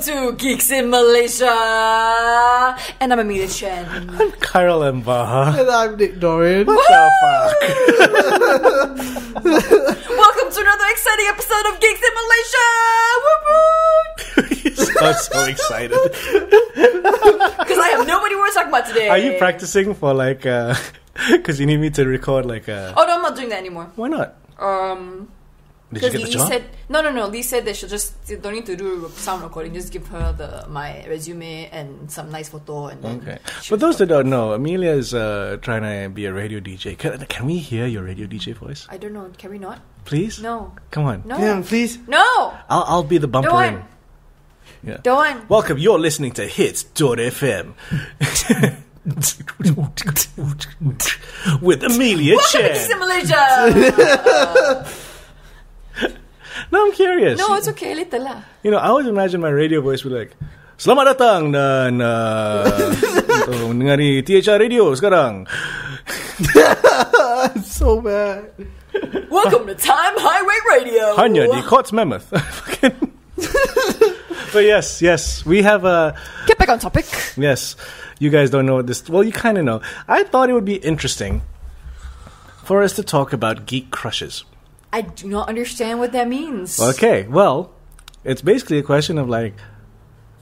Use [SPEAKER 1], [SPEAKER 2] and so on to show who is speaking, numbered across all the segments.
[SPEAKER 1] to Geeks in Malaysia, and I'm Amelia Chen.
[SPEAKER 2] I'm Kyle and Baha.
[SPEAKER 3] And I'm Nick Dorian.
[SPEAKER 1] Welcome to another exciting episode of Geeks in Malaysia. Whoop
[SPEAKER 2] I'm so excited.
[SPEAKER 1] Because I have nobody we're talking about today.
[SPEAKER 2] Are you practicing for like, uh, cause you need me to record like, uh,
[SPEAKER 1] Oh no, I'm not doing that anymore.
[SPEAKER 2] why not?
[SPEAKER 1] Um,
[SPEAKER 2] Did you
[SPEAKER 1] because
[SPEAKER 2] get the
[SPEAKER 1] Lee
[SPEAKER 2] job?
[SPEAKER 1] said no, no, no. Lee said that she'll just don't need to do sound recording. Just give her the my resume and some nice photo, and then
[SPEAKER 2] Okay.
[SPEAKER 1] she'll
[SPEAKER 2] For those that don't know, Amelia is uh, trying to be a radio DJ. Can, can we hear your radio DJ voice?
[SPEAKER 1] I don't know. Can we not?
[SPEAKER 2] Please?
[SPEAKER 1] No.
[SPEAKER 2] Come on.
[SPEAKER 1] No.
[SPEAKER 3] Damn, please.
[SPEAKER 1] No.
[SPEAKER 2] I'll, I'll be the bumper
[SPEAKER 1] Don't.
[SPEAKER 2] in. Yeah.
[SPEAKER 1] Don't.
[SPEAKER 2] Welcome, you're listening to Hits.fm. With Amelia
[SPEAKER 1] Welcome to Geeks in
[SPEAKER 2] Chen.
[SPEAKER 1] Malaysia.
[SPEAKER 2] No, I'm curious.
[SPEAKER 1] no, it's okay. Later lah.
[SPEAKER 2] You know, I always imagine my radio voice would like, Selamat datang dan uh, untuk mendengari THR Radio sekarang.
[SPEAKER 3] It's so bad.
[SPEAKER 1] Welcome to Time Highway Radio.
[SPEAKER 2] Hanya di Cots Mammoth. Fucking- but yes, yes, we have a
[SPEAKER 1] Get back on topic.
[SPEAKER 2] yes. You guys don't know what this. Well, you kind of know. I thought it would be interesting for us to talk about geek crushes.
[SPEAKER 1] I do not understand what that means.
[SPEAKER 2] Okay, well, it's basically a question of like,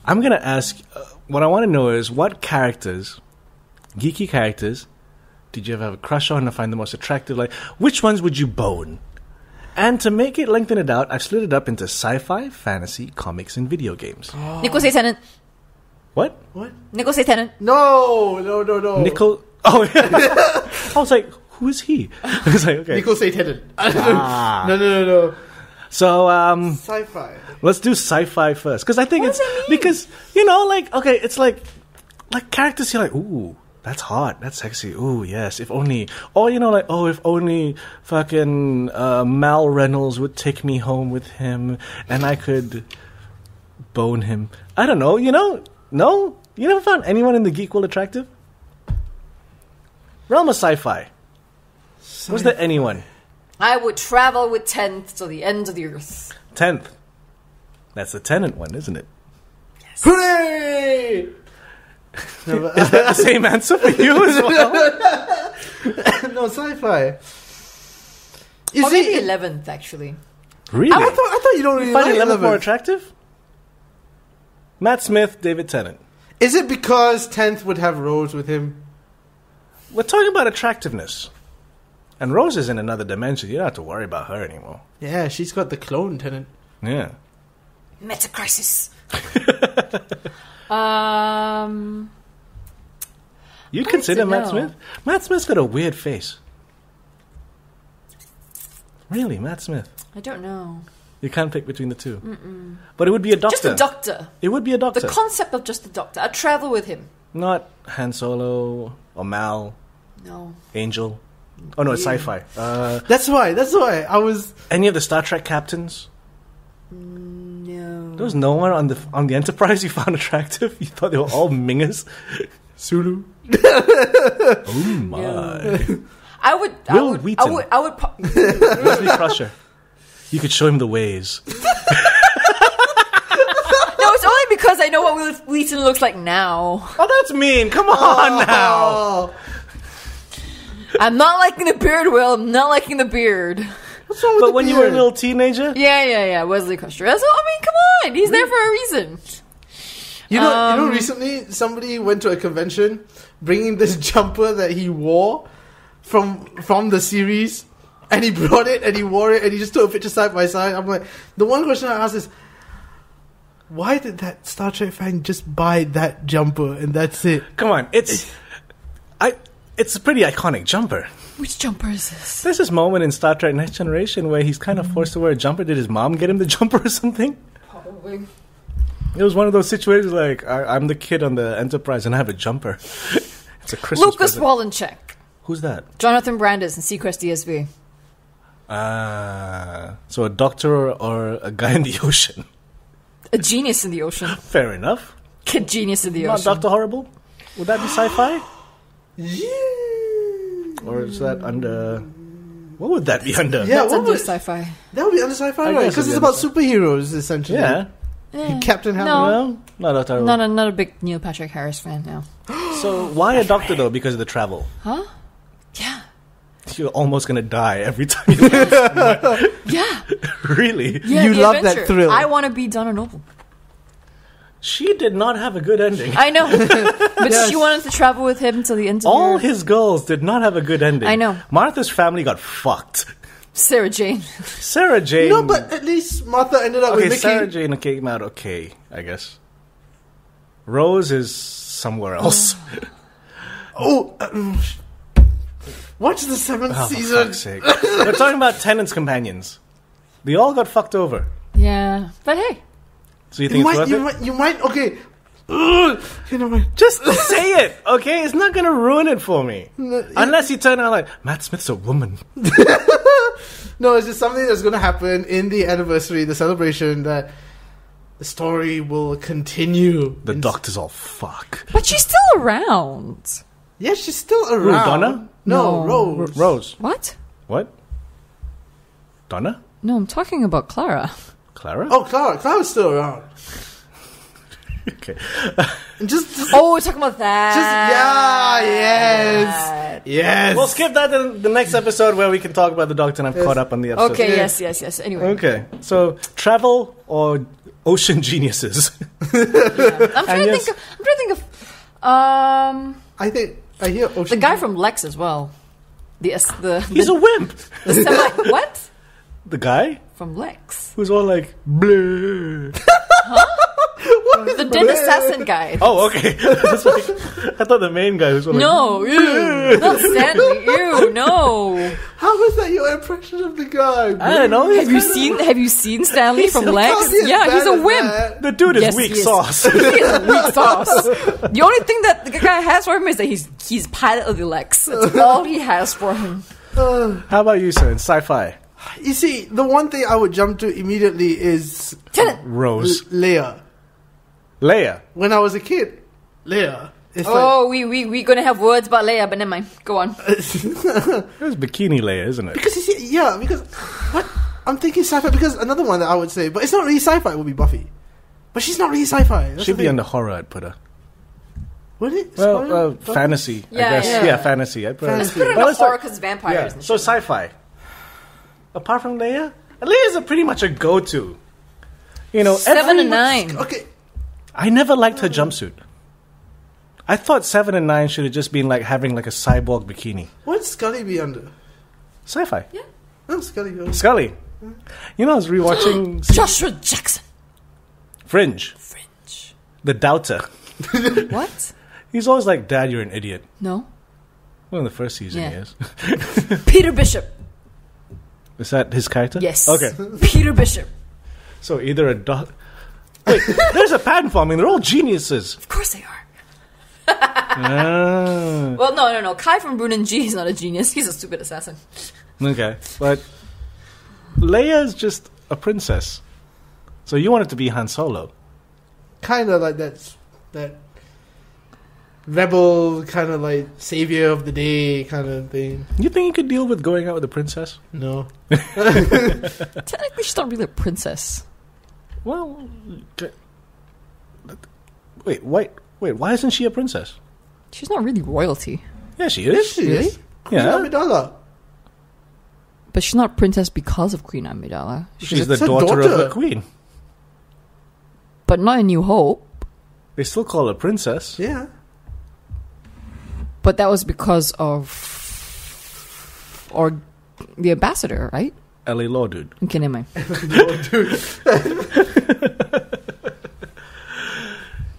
[SPEAKER 2] I'm gonna ask. Uh, what I want to know is what characters, geeky characters, did you ever have a crush on or find the most attractive? Like, which ones would you bone? And to make it lengthen it out, I've split it up into sci-fi, fantasy, comics, and video games.
[SPEAKER 1] Nicholas A. Tennant.
[SPEAKER 2] What?
[SPEAKER 1] Nicholas A. Tennant.
[SPEAKER 3] No, no, no, no.
[SPEAKER 2] Nicol? Oh, I was like, who is he? I was like, okay.
[SPEAKER 3] Nicholas A. Tennant.
[SPEAKER 2] Ah.
[SPEAKER 3] no, no, no, no.
[SPEAKER 2] So, um,
[SPEAKER 3] Sci-fi.
[SPEAKER 2] Let's do sci-fi first, because I think
[SPEAKER 1] What
[SPEAKER 2] it's
[SPEAKER 1] does that mean?
[SPEAKER 2] because you know, like okay, it's like like characters you're like, ooh, that's hot, that's sexy, ooh, yes, if only, or you know, like oh, if only fucking uh, Mal Reynolds would take me home with him, and I could bone him. I don't know, you know, no, you never found anyone in the geek world attractive. Realm of sci-fi. Was there anyone?
[SPEAKER 1] I would travel with Tenth to the end of the earth.
[SPEAKER 2] Tenth. That's the tenant one, isn't it?
[SPEAKER 3] Hooray! no, but-
[SPEAKER 2] Is that the same answer for you as well?
[SPEAKER 3] no, sci-fi. Is
[SPEAKER 1] or maybe
[SPEAKER 3] it?
[SPEAKER 1] eleventh, actually.
[SPEAKER 2] Really?
[SPEAKER 3] I thought I thought you don't really
[SPEAKER 2] find
[SPEAKER 3] like
[SPEAKER 2] 11 more
[SPEAKER 3] 11.
[SPEAKER 2] attractive? Matt Smith, David Tennant.
[SPEAKER 3] Is it because tenth would have Rose with him?
[SPEAKER 2] We're talking about attractiveness. And Rose is in another dimension. You don't have to worry about her anymore.
[SPEAKER 3] Yeah, she's got the clone tenant.
[SPEAKER 2] Yeah.
[SPEAKER 1] Meta crisis. um,
[SPEAKER 2] You
[SPEAKER 1] I
[SPEAKER 2] consider
[SPEAKER 1] don't
[SPEAKER 2] Matt
[SPEAKER 1] know.
[SPEAKER 2] Smith? Matt Smith's got a weird face. Really, Matt Smith.
[SPEAKER 1] I don't know.
[SPEAKER 2] You can't pick between the 2 But it would be a doctor.
[SPEAKER 1] Just a doctor.
[SPEAKER 2] It would be a doctor.
[SPEAKER 1] The concept of just a doctor. I'd travel with him.
[SPEAKER 2] Not Han Solo or Mal,
[SPEAKER 1] No.
[SPEAKER 2] Angel. Oh no, it's sci fi. Uh,
[SPEAKER 3] That's why. That's why I was.
[SPEAKER 2] any of the Star Trek captains?
[SPEAKER 1] No.
[SPEAKER 2] There was no one on the on the Enterprise you found attractive. You thought they were all mingers. Sulu. oh my!
[SPEAKER 1] I would. I
[SPEAKER 2] Will
[SPEAKER 1] would, I
[SPEAKER 2] Wheaton.
[SPEAKER 1] would. I would. pro-
[SPEAKER 2] Wesley Crusher. You could show him the ways.
[SPEAKER 1] No, it's only because I know what Will Wheaton looks like now.
[SPEAKER 2] Oh, that's mean. Come on now.
[SPEAKER 3] Oh,
[SPEAKER 1] I'm not liking the beard, Will. I'm not liking the beard.
[SPEAKER 3] what's wrong with
[SPEAKER 2] But
[SPEAKER 3] the
[SPEAKER 2] when you were a
[SPEAKER 3] beard?
[SPEAKER 2] little teenager,
[SPEAKER 1] Yeah, yeah, yeah. Wesley Crusher. That's all, I mean, come on. He's there for a reason.
[SPEAKER 3] You know, you
[SPEAKER 1] Um,
[SPEAKER 3] know. Recently, somebody went to a convention bringing this jumper that he wore from from the series, and he brought it and he wore it and he just took a picture side by side. I'm like, the one question I asked is, why did that Star Trek fan just buy that jumper and that's it?
[SPEAKER 2] come on. It's I. It's a pretty iconic jumper.
[SPEAKER 1] Which jumper is this?
[SPEAKER 2] There's this moment in Star Trek Next Generation where he's kind of forced to wear a jumper. Did his mom get him the jumper or something?
[SPEAKER 1] Probably.
[SPEAKER 2] It was one of those situations like I, I'm the kid on the Enterprise and I have a jumper. it's a Christmas.
[SPEAKER 1] Lucas
[SPEAKER 2] present.
[SPEAKER 1] Wallencheck.
[SPEAKER 2] Who's that?
[SPEAKER 1] Jonathan Brandis and Seacrest DSV.
[SPEAKER 2] Ah, so a doctor or, or a guy in the ocean.
[SPEAKER 1] A genius in the ocean.
[SPEAKER 2] Fair enough.
[SPEAKER 1] A genius in the
[SPEAKER 2] Not
[SPEAKER 1] ocean.
[SPEAKER 2] Doctor Horrible. Would that be sci-fi,
[SPEAKER 3] Yeah.
[SPEAKER 2] or is that under? What would that be under?
[SPEAKER 3] Yeah,
[SPEAKER 1] That's
[SPEAKER 3] what
[SPEAKER 1] under
[SPEAKER 3] would,
[SPEAKER 1] sci-fi.
[SPEAKER 3] that would be under sci-fi,
[SPEAKER 2] I
[SPEAKER 3] right?
[SPEAKER 2] guess
[SPEAKER 3] Because
[SPEAKER 2] it'd
[SPEAKER 3] it's
[SPEAKER 2] be
[SPEAKER 3] about
[SPEAKER 2] under
[SPEAKER 3] superheroes essentially.
[SPEAKER 2] Yeah.
[SPEAKER 1] Eh,
[SPEAKER 3] Captain Hammer.
[SPEAKER 1] No.
[SPEAKER 2] No, not a terrible.
[SPEAKER 1] Not a, not a big Neil Patrick Harris fan now.
[SPEAKER 2] So why a doctor though? Because of the travel.
[SPEAKER 1] Huh? Yeah.
[SPEAKER 2] You're almost gonna die every time. you
[SPEAKER 1] Yeah.
[SPEAKER 2] Really?
[SPEAKER 1] yeah
[SPEAKER 3] You
[SPEAKER 1] the
[SPEAKER 3] love that
[SPEAKER 1] adventure.
[SPEAKER 3] thrill.
[SPEAKER 1] I want to be Donna Noble.
[SPEAKER 2] She did not have a good ending.
[SPEAKER 1] I know. but she wanted to travel with him till the end of
[SPEAKER 2] All
[SPEAKER 1] the
[SPEAKER 2] his girls did not have a good ending.
[SPEAKER 1] I know.
[SPEAKER 2] Martha's family got fucked.
[SPEAKER 1] Sarah Jane.
[SPEAKER 2] Sarah Jane.
[SPEAKER 3] No, but at least Martha ended up
[SPEAKER 2] okay,
[SPEAKER 3] with
[SPEAKER 2] Sarah
[SPEAKER 3] Mickey.
[SPEAKER 2] Jane came out okay, I guess. Rose is somewhere else.
[SPEAKER 3] Oh, uh, mm. watch the seventh
[SPEAKER 2] Oh, for
[SPEAKER 3] season.
[SPEAKER 2] fuck's sake. We're talking about tenants' companions. They all got fucked over.
[SPEAKER 1] yeah. But hey.
[SPEAKER 2] So you
[SPEAKER 3] You
[SPEAKER 2] think it's
[SPEAKER 3] might,
[SPEAKER 2] worth
[SPEAKER 3] you
[SPEAKER 2] it?
[SPEAKER 3] might, you might. Okay, Ugh. you know, my-
[SPEAKER 2] Just say it, okay? It's not gonna ruin it for me. Unless you turn out like Matt Smith's a woman.
[SPEAKER 3] no, it's just something that's going to happen in the anniversary, the celebration that the story will continue.
[SPEAKER 2] The
[SPEAKER 3] In-
[SPEAKER 2] doctor's all fuck.
[SPEAKER 1] But she's still around.
[SPEAKER 3] Yeah, she's still around.
[SPEAKER 2] Donna?
[SPEAKER 3] No,
[SPEAKER 1] No.
[SPEAKER 3] Rose.
[SPEAKER 2] Rose.
[SPEAKER 1] What?
[SPEAKER 2] What? Donna?
[SPEAKER 1] No, I'm talking about Clara.
[SPEAKER 2] Clara?
[SPEAKER 3] Oh, Clara. Clara's still around.
[SPEAKER 2] Okay.
[SPEAKER 3] And just, just
[SPEAKER 1] Oh, we're talking about that.
[SPEAKER 3] Just- yeah, yes. yes.
[SPEAKER 2] We'll skip that in the next episode where we can talk about the doctor and I've caught up on the episode.
[SPEAKER 1] Okay,
[SPEAKER 3] Yeah.
[SPEAKER 1] yes, yes, yes. Anyway,
[SPEAKER 2] Okay. So travel or ocean geniuses?
[SPEAKER 1] I'm trying to
[SPEAKER 2] yes.
[SPEAKER 1] think. Of, I'm trying to think of um,
[SPEAKER 3] I think I hear oh,
[SPEAKER 1] the
[SPEAKER 3] Ocean.
[SPEAKER 1] guy from Lex as well. The S- the,
[SPEAKER 2] He's
[SPEAKER 1] the,
[SPEAKER 2] a wimp.
[SPEAKER 1] the semi what
[SPEAKER 2] The guy
[SPEAKER 1] from Lex?
[SPEAKER 2] who's all like bleh.
[SPEAKER 1] The dead assassin guy.
[SPEAKER 2] Oh, okay. That's like, I thought the main guy was all like,
[SPEAKER 1] No, ew, not Stanley. Ew, no.
[SPEAKER 3] How was that your impression of the guy?
[SPEAKER 2] I don't know.
[SPEAKER 1] Have you seen Have you seen Stanley from
[SPEAKER 2] a
[SPEAKER 1] Lex?
[SPEAKER 3] Probably as
[SPEAKER 1] Yeah,
[SPEAKER 3] bad
[SPEAKER 1] he's a
[SPEAKER 3] as
[SPEAKER 1] wimp.
[SPEAKER 3] that.
[SPEAKER 2] The dude is
[SPEAKER 1] Yes,
[SPEAKER 2] weak
[SPEAKER 1] he is.
[SPEAKER 2] sauce.
[SPEAKER 1] He is a weak sauce. The only thing that the guy has for him is that he's he's pilot of the Lex. That's all he has for him.
[SPEAKER 3] Ugh.
[SPEAKER 2] How about you, sir? In sci-fi,
[SPEAKER 3] Uh, you see, the one thing I would jump to immediately is
[SPEAKER 1] Tenet.
[SPEAKER 3] L-
[SPEAKER 2] Rose,
[SPEAKER 3] Leia.
[SPEAKER 2] Leia.
[SPEAKER 3] When I was a kid, Leia. It's
[SPEAKER 1] Oh, we we we gonna have words about Leia, but never mind. Go on.
[SPEAKER 3] like
[SPEAKER 2] It was bikini Leia, isn't it?
[SPEAKER 3] because you see, yeah, because what I'm thinking sci-fi. Because another one that I would say, but it's not really sci-fi. Would be Buffy, but she's not really sci-fi. That's
[SPEAKER 2] She'd
[SPEAKER 3] the
[SPEAKER 2] be
[SPEAKER 3] thing.
[SPEAKER 2] under horror. I'd put her.
[SPEAKER 3] Would it?
[SPEAKER 2] Well,
[SPEAKER 3] Spoiler?
[SPEAKER 2] uh,
[SPEAKER 3] Buffy?
[SPEAKER 2] fantasy. I
[SPEAKER 1] Yeah,
[SPEAKER 2] guess. Yeah,
[SPEAKER 1] yeah.
[SPEAKER 2] fantasy. I'd put her.
[SPEAKER 1] Let's put it in a
[SPEAKER 2] Well, let's talk-
[SPEAKER 1] horror because vampires.
[SPEAKER 2] Yeah.
[SPEAKER 1] And
[SPEAKER 2] So sci-fi. Apart from Leia, Leia's a pretty much a go-to. You know,
[SPEAKER 1] Seven
[SPEAKER 2] every-
[SPEAKER 1] and nine.
[SPEAKER 3] Okay.
[SPEAKER 2] I never liked her jumpsuit. I thought seven and nine should have just been like having like a cyborg bikini.
[SPEAKER 3] What'd Scully be under?
[SPEAKER 2] Sci-fi.
[SPEAKER 3] No, Scully. be under-
[SPEAKER 2] Scully. You know, I was rewatching
[SPEAKER 1] Joshua Jackson.
[SPEAKER 2] Fringe,
[SPEAKER 1] Fringe.
[SPEAKER 2] The Doubter.
[SPEAKER 1] What?
[SPEAKER 2] He's always like, "Dad, you're an idiot."
[SPEAKER 1] No.
[SPEAKER 2] Well, in the first season,
[SPEAKER 1] Yeah.
[SPEAKER 2] he is.
[SPEAKER 1] Peter Bishop.
[SPEAKER 2] Is that his character?
[SPEAKER 1] Yes.
[SPEAKER 2] Okay.
[SPEAKER 1] Peter Bishop.
[SPEAKER 2] So either a doc. Wait, there's a pattern forming. They're all geniuses.
[SPEAKER 1] Of course they are.
[SPEAKER 2] Ah,
[SPEAKER 1] Well, no, no, no. Kai from Brunin G is not a genius. He's a stupid assassin.
[SPEAKER 2] okay, but Leia's just a princess. So you wanted to be Han Solo.
[SPEAKER 3] Kind of like that. That rebel, kind of like savior of the day, kind of thing.
[SPEAKER 2] You think you could deal with going out with a princess?
[SPEAKER 3] No.
[SPEAKER 1] Technically, she's not really a princess.
[SPEAKER 2] Well, c- wait, wait, wait. Why isn't she a princess?
[SPEAKER 1] She's not really royalty.
[SPEAKER 2] Yeah, she is.
[SPEAKER 3] She
[SPEAKER 1] Really?
[SPEAKER 3] is. Queen
[SPEAKER 2] Yeah.
[SPEAKER 3] Amidala.
[SPEAKER 1] But she's not princess because of Queen Amidala.
[SPEAKER 2] She's
[SPEAKER 3] It's
[SPEAKER 2] the
[SPEAKER 3] her
[SPEAKER 2] daughter, of
[SPEAKER 3] daughter.
[SPEAKER 2] the queen.
[SPEAKER 1] But not in New Hope.
[SPEAKER 2] They still call her princess.
[SPEAKER 3] Yeah.
[SPEAKER 1] But that was because of. Or the ambassador, right?
[SPEAKER 2] Ellie Law, dude.
[SPEAKER 1] Okay, never mind.
[SPEAKER 2] Hmm.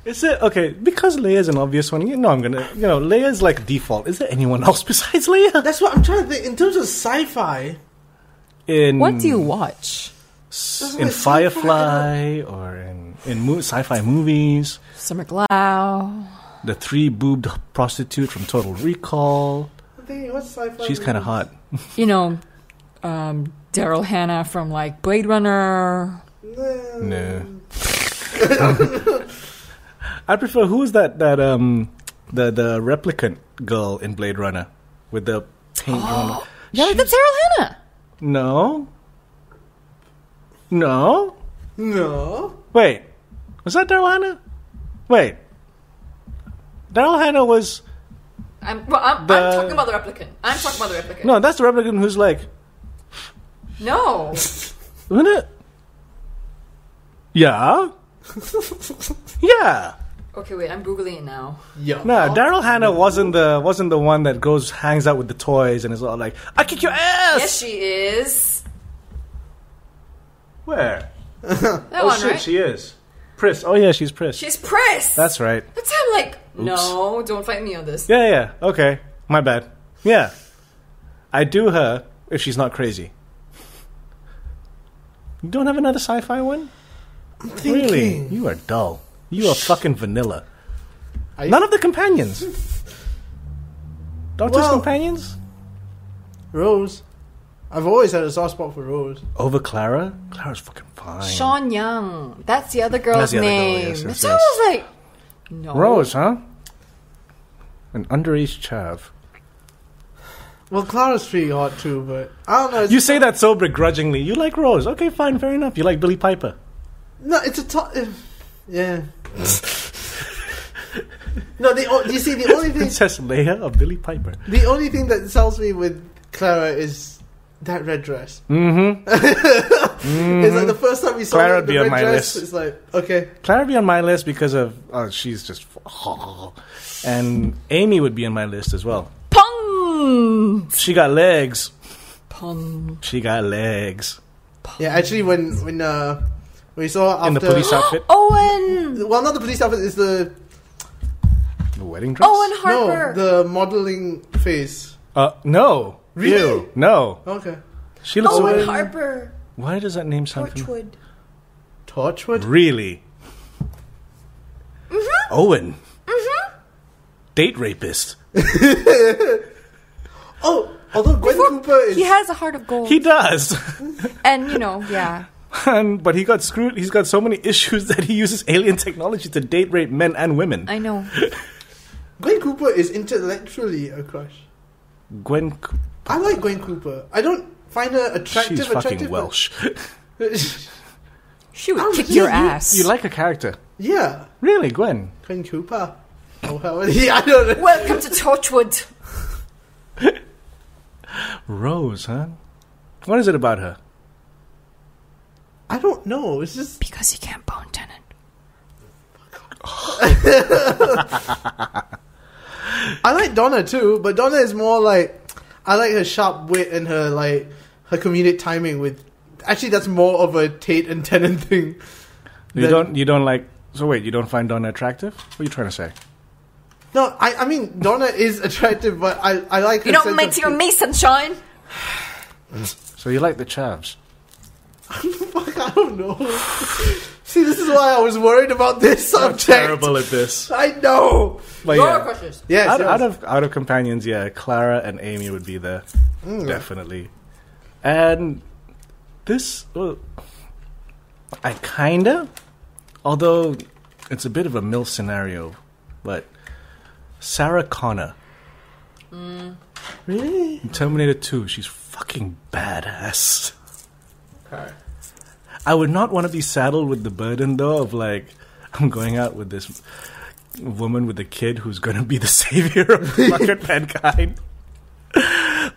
[SPEAKER 2] Is it okay? Because Leia's an obvious one. You know, I'm gonna. You know, Leia's like default. Is there anyone else besides Leia?
[SPEAKER 3] That's what I'm trying to think. In terms of sci-fi,
[SPEAKER 2] In
[SPEAKER 1] What do you watch?
[SPEAKER 2] s-
[SPEAKER 3] Doesn't
[SPEAKER 2] in
[SPEAKER 3] it sci-fi?
[SPEAKER 2] Firefly or in in mo- sci-fi movies?
[SPEAKER 1] Summer Glau.
[SPEAKER 2] The three boobed prostitute from Total Recall.
[SPEAKER 3] I'm thinking what's sci-fi?
[SPEAKER 2] She's kind of hot.
[SPEAKER 1] you know, um, Daryl Hannah from like Blade Runner.
[SPEAKER 3] No.
[SPEAKER 2] No. I prefer who is that that um the the replicant girl in Blade Runner with the paint drawn.
[SPEAKER 1] Yeah, that's Daryl Hannah.
[SPEAKER 2] No. No.
[SPEAKER 3] No.
[SPEAKER 2] Wait. Was that Daryl Hannah? Wait. Daryl Hannah was
[SPEAKER 1] I'm, well, I'm,
[SPEAKER 2] The-
[SPEAKER 1] I'm talking about the replicant. I'm talking about the replicant.
[SPEAKER 2] no. That's the replicant who's like,
[SPEAKER 1] No.
[SPEAKER 2] wasn't it? Yeah. yeah.
[SPEAKER 1] Okay, wait. I'm googling it now.
[SPEAKER 3] Yeah.
[SPEAKER 2] No, Daryl Hannah wasn't the wasn't the one that goes hangs out with the toys and is all like, "I kick your ass."
[SPEAKER 1] Yes, she is.
[SPEAKER 2] Where?
[SPEAKER 1] That
[SPEAKER 2] Oh
[SPEAKER 1] one,
[SPEAKER 2] shit,
[SPEAKER 1] right?
[SPEAKER 2] she is. Priss. Oh yeah, she's Priss.
[SPEAKER 1] She's Pris.
[SPEAKER 2] That's right.
[SPEAKER 1] That's how I'm like, no, don't fight me on this.
[SPEAKER 2] Yeah, yeah. Okay, my bad. Yeah, I do her if she's not crazy. You don't have another sci-fi one? Really?
[SPEAKER 3] Thinking.
[SPEAKER 2] You are dull. You are fucking vanilla.
[SPEAKER 3] I-
[SPEAKER 2] None of the companions. Doctor's
[SPEAKER 3] Well-
[SPEAKER 2] companions?
[SPEAKER 3] Rose. I've always had a soft spot for Rose.
[SPEAKER 2] Over Clara? Clara's fucking fine.
[SPEAKER 1] Sean Young. That's the other girl's
[SPEAKER 2] That's the other girl,
[SPEAKER 1] name.
[SPEAKER 2] yes, yes,
[SPEAKER 1] so
[SPEAKER 2] yes.
[SPEAKER 1] I was like, no.
[SPEAKER 2] Rose, huh? An underage chav.
[SPEAKER 3] Well, Clara's pretty hot too, but I don't know. It's,
[SPEAKER 2] You say that so begrudgingly. You like Rose. Okay, fine, fair enough. You like Billy Piper.
[SPEAKER 3] no, it's a top. Yeah. no, the o- you see the only thing
[SPEAKER 2] Princess Leia or Billy Piper.
[SPEAKER 3] the only thing that sells me with Clara is that red dress.
[SPEAKER 2] Mm-hmm.
[SPEAKER 3] It's like the first time we saw
[SPEAKER 2] Clara
[SPEAKER 3] her in the
[SPEAKER 2] be on
[SPEAKER 3] red
[SPEAKER 2] my
[SPEAKER 3] dress.
[SPEAKER 2] list.
[SPEAKER 3] It's like okay,
[SPEAKER 2] Clara would be on my list because of oh, she's just and Amy would be in my list as well.
[SPEAKER 1] Pung.
[SPEAKER 2] She got legs.
[SPEAKER 1] Pung.
[SPEAKER 2] She got legs.
[SPEAKER 3] yeah. Actually, when when uh, we saw her
[SPEAKER 2] In the
[SPEAKER 3] after
[SPEAKER 2] police outfit,
[SPEAKER 1] Owen.
[SPEAKER 3] well, not the police outfit. It's the
[SPEAKER 2] the wedding dress.
[SPEAKER 1] Owen Harper.
[SPEAKER 3] no the modeling phase.
[SPEAKER 2] uh, no,
[SPEAKER 3] Really?
[SPEAKER 2] Ew, no.
[SPEAKER 3] Okay,
[SPEAKER 2] She looks.
[SPEAKER 1] Owen
[SPEAKER 2] away-
[SPEAKER 1] Harper.
[SPEAKER 2] Why does that name sound? familiar?
[SPEAKER 1] Torchwood.
[SPEAKER 3] Torchwood.
[SPEAKER 2] Really? Mm-hmm. Owen. Mm-hmm. Date rapist.
[SPEAKER 3] Oh, although Gwen Cooper is
[SPEAKER 1] He has a heart of gold.
[SPEAKER 2] He does.
[SPEAKER 1] and, you know, yeah.
[SPEAKER 2] and, but he got screwed. He's got so many issues that he uses alien technology to date rape men and women.
[SPEAKER 1] I know.
[SPEAKER 3] Gwen Cooper is intellectually a crush.
[SPEAKER 2] Gwen. C-
[SPEAKER 3] I like Gwen Cooper. I don't find her attractive.
[SPEAKER 2] She's fucking
[SPEAKER 3] attractive, but-
[SPEAKER 2] Welsh.
[SPEAKER 1] She
[SPEAKER 3] Oh,
[SPEAKER 1] would kick
[SPEAKER 3] you-
[SPEAKER 1] your
[SPEAKER 3] you-
[SPEAKER 1] ass.
[SPEAKER 2] you like her character.
[SPEAKER 3] yeah,
[SPEAKER 2] Really, Gwen?
[SPEAKER 3] Gwen Cooper. Oh hell, yeah, I don't know.
[SPEAKER 1] Welcome to Torchwood.
[SPEAKER 2] Rose, huh? What is it about her?
[SPEAKER 3] I don't know. It's just
[SPEAKER 1] Because you can't bone tenant.
[SPEAKER 3] I like Donna too, but Donna is more like I like her sharp wit and her like her comedic timing. With actually, that's more of a Tate and Tennant thing.
[SPEAKER 2] You
[SPEAKER 3] That-
[SPEAKER 2] don't. You don't like. So wait, you don't find Donna attractive? What are you trying to say?
[SPEAKER 3] No, I, I mean Donna is attractive, but I I like her
[SPEAKER 1] You don't
[SPEAKER 3] sense
[SPEAKER 1] mix
[SPEAKER 3] of
[SPEAKER 1] your me, sunshine.
[SPEAKER 2] So you like the chavs?
[SPEAKER 3] Fuck, I don't know. See, this is why I was worried about this subject.
[SPEAKER 2] at this.
[SPEAKER 3] I know.
[SPEAKER 2] But
[SPEAKER 1] Roller
[SPEAKER 2] yeah.
[SPEAKER 1] coasters.
[SPEAKER 3] Yes,
[SPEAKER 2] Out,
[SPEAKER 3] yes.
[SPEAKER 2] out of out of companions, yeah, Clara and Amy would be there,
[SPEAKER 3] Mm.
[SPEAKER 2] definitely. And this, well, I kinda, although it's a bit of a mill scenario, but Sarah Connor,
[SPEAKER 3] really.
[SPEAKER 2] in Terminator Two, she's fucking badass. I would not want to be saddled with the burden, though, of like, I'm going out with this woman with a kid who's going to be the savior of fucking mankind.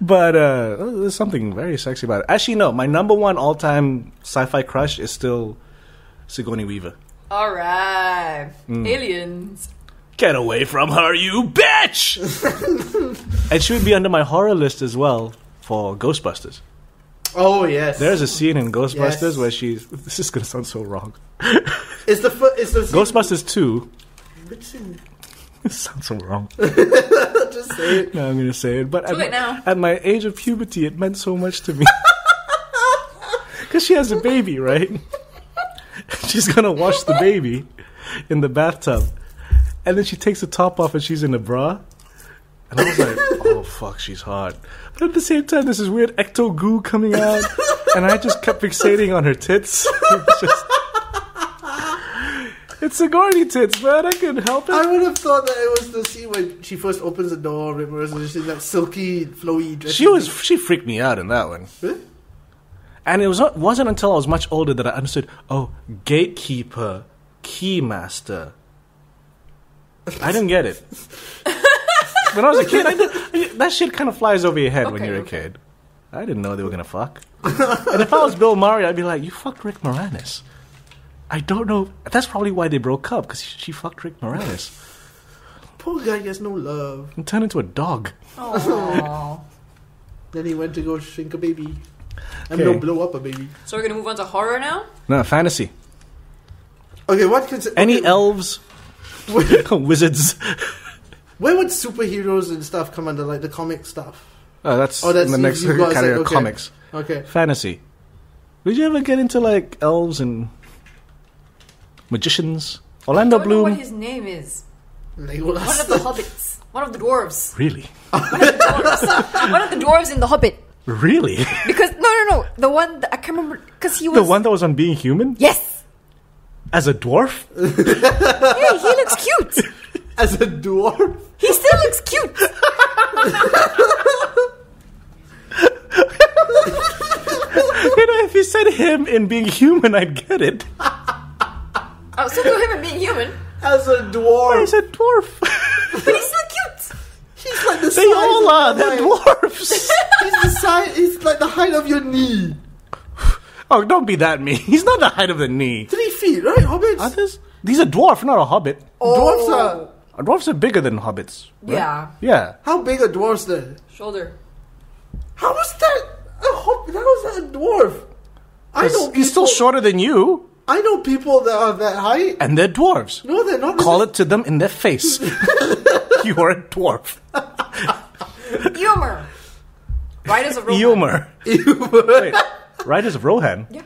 [SPEAKER 2] But uh, there's something very sexy about it. Actually, no, my number one all time sci fi crush is still Sigourney Weaver.
[SPEAKER 1] All right.
[SPEAKER 2] Mm.
[SPEAKER 1] Aliens.
[SPEAKER 2] Get away from her, you bitch! and she would be under my horror list as well for Ghostbusters.
[SPEAKER 3] Oh yes.
[SPEAKER 2] There's a scene in Ghostbusters
[SPEAKER 3] Yes.
[SPEAKER 2] where she's. This is going to sound so wrong.
[SPEAKER 3] It's the fir- it's the
[SPEAKER 2] Ghostbusters 2.
[SPEAKER 3] Which scene?
[SPEAKER 2] This sounds so wrong.
[SPEAKER 3] Just say it.
[SPEAKER 2] No, I'm going to say it. But at,
[SPEAKER 1] late
[SPEAKER 2] my-
[SPEAKER 1] now.
[SPEAKER 2] at my age of puberty, it meant so much to me. Because she has a baby, right? she's going to wash the baby in the bathtub. And then she takes the top off and she's in a bra. And I was like, oh, fuck, she's hot. But at the same time, there's this weird ecto goo coming out. And I just kept fixating on her tits. It was just- it's Sigourney tits, man. I couldn't help it.
[SPEAKER 3] I would have thought that it was the scene when she first opens the door, remembers, and she's in that silky, flowy dress.
[SPEAKER 2] She was she freaked me out in that one.
[SPEAKER 3] Really?
[SPEAKER 2] And it was not, wasn't until I was much older that I understood. Oh, gatekeeper Keymaster. I didn't get it. when I was a kid, I did, that shit kind of flies over your head when
[SPEAKER 1] Okay,
[SPEAKER 2] you're a
[SPEAKER 1] okay.
[SPEAKER 2] kid. I didn't know they were gonna fuck. and if I was Bill Murray, I'd be like, "You fucked Rick Moranis." I don't know. That's probably why they broke up because she fucked Rick Moranis
[SPEAKER 3] Poor guy gets no love.
[SPEAKER 2] and turned into a dog.
[SPEAKER 1] Oh.
[SPEAKER 3] Then he went to go shrink a baby. I
[SPEAKER 2] Okay.
[SPEAKER 3] mean, no, blow up a baby.
[SPEAKER 1] so we're gonna move on to horror now.
[SPEAKER 2] No fantasy.
[SPEAKER 3] Okay, what consi-
[SPEAKER 2] Any
[SPEAKER 3] okay,
[SPEAKER 2] elves,
[SPEAKER 3] where,
[SPEAKER 2] wizards.
[SPEAKER 3] where would superheroes and stuff come under, like the comic stuff?
[SPEAKER 2] Oh, that's,
[SPEAKER 3] Oh, that's
[SPEAKER 2] in the
[SPEAKER 3] you-
[SPEAKER 2] next
[SPEAKER 3] you guys,
[SPEAKER 2] category
[SPEAKER 3] like,
[SPEAKER 2] of
[SPEAKER 3] okay.
[SPEAKER 2] comics.
[SPEAKER 3] Okay,
[SPEAKER 2] Fantasy. Did you ever get into like elves and magicians?
[SPEAKER 1] I
[SPEAKER 2] Orlando
[SPEAKER 1] don't know
[SPEAKER 2] Bloom.
[SPEAKER 1] what his name is. One of
[SPEAKER 3] Legolas.
[SPEAKER 1] the hobbits. One of the dwarves.
[SPEAKER 2] really,
[SPEAKER 1] Dwarves. one of the dwarves in the Hobbit.
[SPEAKER 2] really.
[SPEAKER 1] Because no, no, no. The one that, I can't remember. Because he was
[SPEAKER 2] The one that was on Being Human
[SPEAKER 1] Yes.
[SPEAKER 2] as a dwarf.
[SPEAKER 1] Hey, he looks cute.
[SPEAKER 3] As a dwarf?
[SPEAKER 1] He still looks cute.
[SPEAKER 2] you know, if you said him in Being Human, I'd get it.
[SPEAKER 1] I was so to him and being human,
[SPEAKER 3] As a
[SPEAKER 2] He's
[SPEAKER 3] dwarf.
[SPEAKER 2] a dwarf.
[SPEAKER 1] but he's still cute.
[SPEAKER 3] He's like the
[SPEAKER 2] they
[SPEAKER 3] size
[SPEAKER 2] all
[SPEAKER 3] of
[SPEAKER 2] are.
[SPEAKER 3] the
[SPEAKER 2] They're
[SPEAKER 3] height.
[SPEAKER 2] dwarfs.
[SPEAKER 3] He's the size. He's like the height of your knee.
[SPEAKER 2] oh, don't be that mean. He's not the height of the knee.
[SPEAKER 3] Three feet, right? Hobbits.
[SPEAKER 2] Others. He's a dwarf, not a hobbit.
[SPEAKER 3] Dwarfs
[SPEAKER 1] Oh.
[SPEAKER 3] are.
[SPEAKER 2] Dwarfs are bigger than hobbits. right?
[SPEAKER 1] Yeah.
[SPEAKER 2] Yeah.
[SPEAKER 3] How big are dwarfs then?
[SPEAKER 1] Shoulder.
[SPEAKER 3] How was that a hobbit? How was that a dwarf? I know. People,
[SPEAKER 2] He's still shorter than you,
[SPEAKER 3] I know people that are that height.
[SPEAKER 2] and they're dwarves.
[SPEAKER 3] No, they're not.
[SPEAKER 2] Call it to them in their face. you are a dwarf.
[SPEAKER 1] Humor. Riders of Rohan.
[SPEAKER 2] Eomer.
[SPEAKER 3] it.
[SPEAKER 2] Wait, Riders of Rohan.
[SPEAKER 1] Yeah.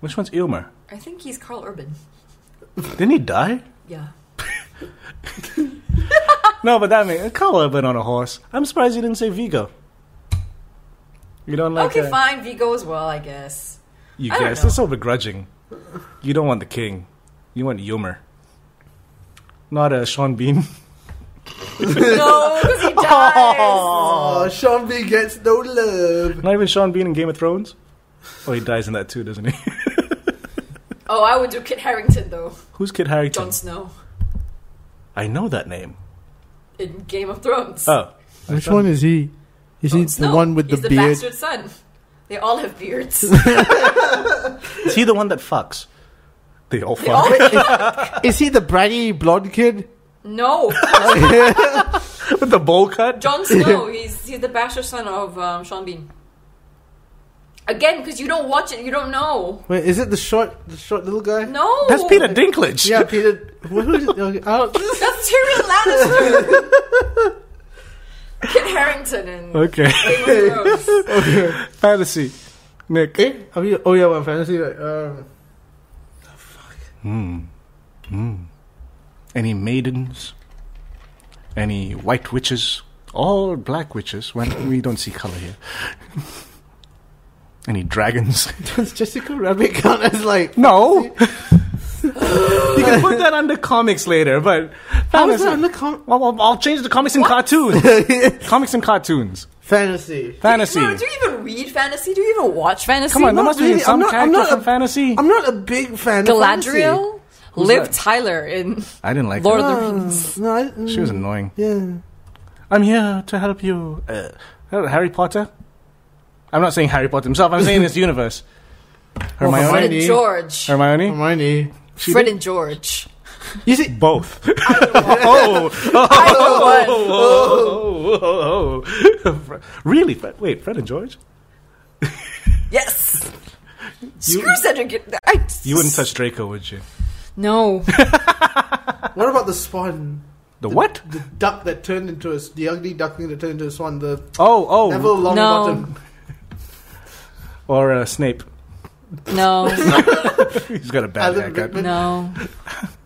[SPEAKER 2] Which one's Eomer?
[SPEAKER 1] I think he's Carl Urban.
[SPEAKER 2] Didn't he die?
[SPEAKER 1] Yeah.
[SPEAKER 2] No, but that means Carl Urban on a horse. I'm surprised you didn't say Vigo. You don't like
[SPEAKER 1] Okay,
[SPEAKER 2] uh,
[SPEAKER 1] fine. Vigo as well, I guess.
[SPEAKER 2] You
[SPEAKER 1] I don't
[SPEAKER 2] guys,
[SPEAKER 1] know.
[SPEAKER 2] that's so begrudging. You don't want the king. You want Eomer. Not a Sean Bean.
[SPEAKER 1] No, because he dies.
[SPEAKER 3] Oh, Sean B gets no love.
[SPEAKER 2] Not even Sean Bean in Game of Thrones. Oh, he dies in that too, doesn't he?
[SPEAKER 1] Oh, I would do Kit Harrington though.
[SPEAKER 2] Who's Kid Harrington?
[SPEAKER 1] Jon Snow
[SPEAKER 2] I know that name.
[SPEAKER 1] in Game of Thrones.
[SPEAKER 2] Oh,
[SPEAKER 4] Which one is he? Is he
[SPEAKER 1] Jon
[SPEAKER 4] the
[SPEAKER 1] Snow.
[SPEAKER 4] one with the
[SPEAKER 1] he's
[SPEAKER 4] beard?
[SPEAKER 1] bastard son. They all have beards.
[SPEAKER 2] is he the one that fucks? They all fuck.
[SPEAKER 4] Is he the bratty blonde kid?
[SPEAKER 1] no,
[SPEAKER 2] With the bowl cut?
[SPEAKER 1] Jon Snow. He's he's the bastard son of um, Sean Bean. Again, because you don't watch it, you don't know.
[SPEAKER 3] Wait, is it the short, the short little guy?
[SPEAKER 1] No,
[SPEAKER 2] That's Peter Dinklage.
[SPEAKER 3] Oh. Yeah, Peter. Who is it? Okay, uh, I don't-
[SPEAKER 1] That's Tyrion Lannister. Kit Harrington and
[SPEAKER 2] Okay.
[SPEAKER 1] Game of Thrones.
[SPEAKER 2] Fantasy. Nick.
[SPEAKER 3] eh? Have you? Oh yeah, well, fantasy. Like, um,
[SPEAKER 2] Any maidens? Any white witches? All black witches. When we don't see color here. Any dragons?
[SPEAKER 3] does Jessica Rabbit count as like?
[SPEAKER 2] No. you can put that under comics later, but
[SPEAKER 3] How is
[SPEAKER 2] fantasy-
[SPEAKER 3] that on the com-
[SPEAKER 2] Well, I'll, I'll change the comics and cartoons. comics and cartoons.
[SPEAKER 3] fantasy?
[SPEAKER 2] Fantasy.
[SPEAKER 1] No, do you even read fantasy? Do you even watch fantasy?
[SPEAKER 2] Come on, there
[SPEAKER 3] not
[SPEAKER 2] must be
[SPEAKER 3] really.
[SPEAKER 2] some
[SPEAKER 3] I'm not- I'm
[SPEAKER 2] character
[SPEAKER 3] not a-
[SPEAKER 2] from fantasy.
[SPEAKER 3] I'm not a big fan. of
[SPEAKER 1] Galadriel, Liv
[SPEAKER 2] that?
[SPEAKER 1] Tyler in
[SPEAKER 2] I didn't like
[SPEAKER 1] Lord
[SPEAKER 2] her.
[SPEAKER 1] of the Rings.
[SPEAKER 3] fantasy. No, I, mm,
[SPEAKER 2] She was annoying.
[SPEAKER 3] Yeah.
[SPEAKER 2] I'm here to help you. Uh, Harry Potter? I'm not saying Harry Potter himself, I'm saying this universe.
[SPEAKER 1] Fred
[SPEAKER 2] Hermione?
[SPEAKER 1] and George.
[SPEAKER 2] Hermione?
[SPEAKER 3] Hermione.
[SPEAKER 1] Fred and George.
[SPEAKER 3] You see,
[SPEAKER 2] Both. oh, oh,
[SPEAKER 1] Either one.
[SPEAKER 2] oh, oh, oh, oh. Fre- Really? Fred? Wait, Fred and George?
[SPEAKER 1] Yes. Screw Cedric. I,
[SPEAKER 2] You wouldn't touch Draco, would you?
[SPEAKER 1] No.
[SPEAKER 3] what about the swan?
[SPEAKER 2] The what?
[SPEAKER 3] The duck that turned into a s- the ugly duckling that turned into a swan. The
[SPEAKER 2] Oh, oh.
[SPEAKER 3] Neville Longbottom.
[SPEAKER 2] Or uh, Snape.
[SPEAKER 1] No.
[SPEAKER 2] He's got a bad
[SPEAKER 3] Alan
[SPEAKER 2] haircut.
[SPEAKER 3] Rickman.
[SPEAKER 1] No.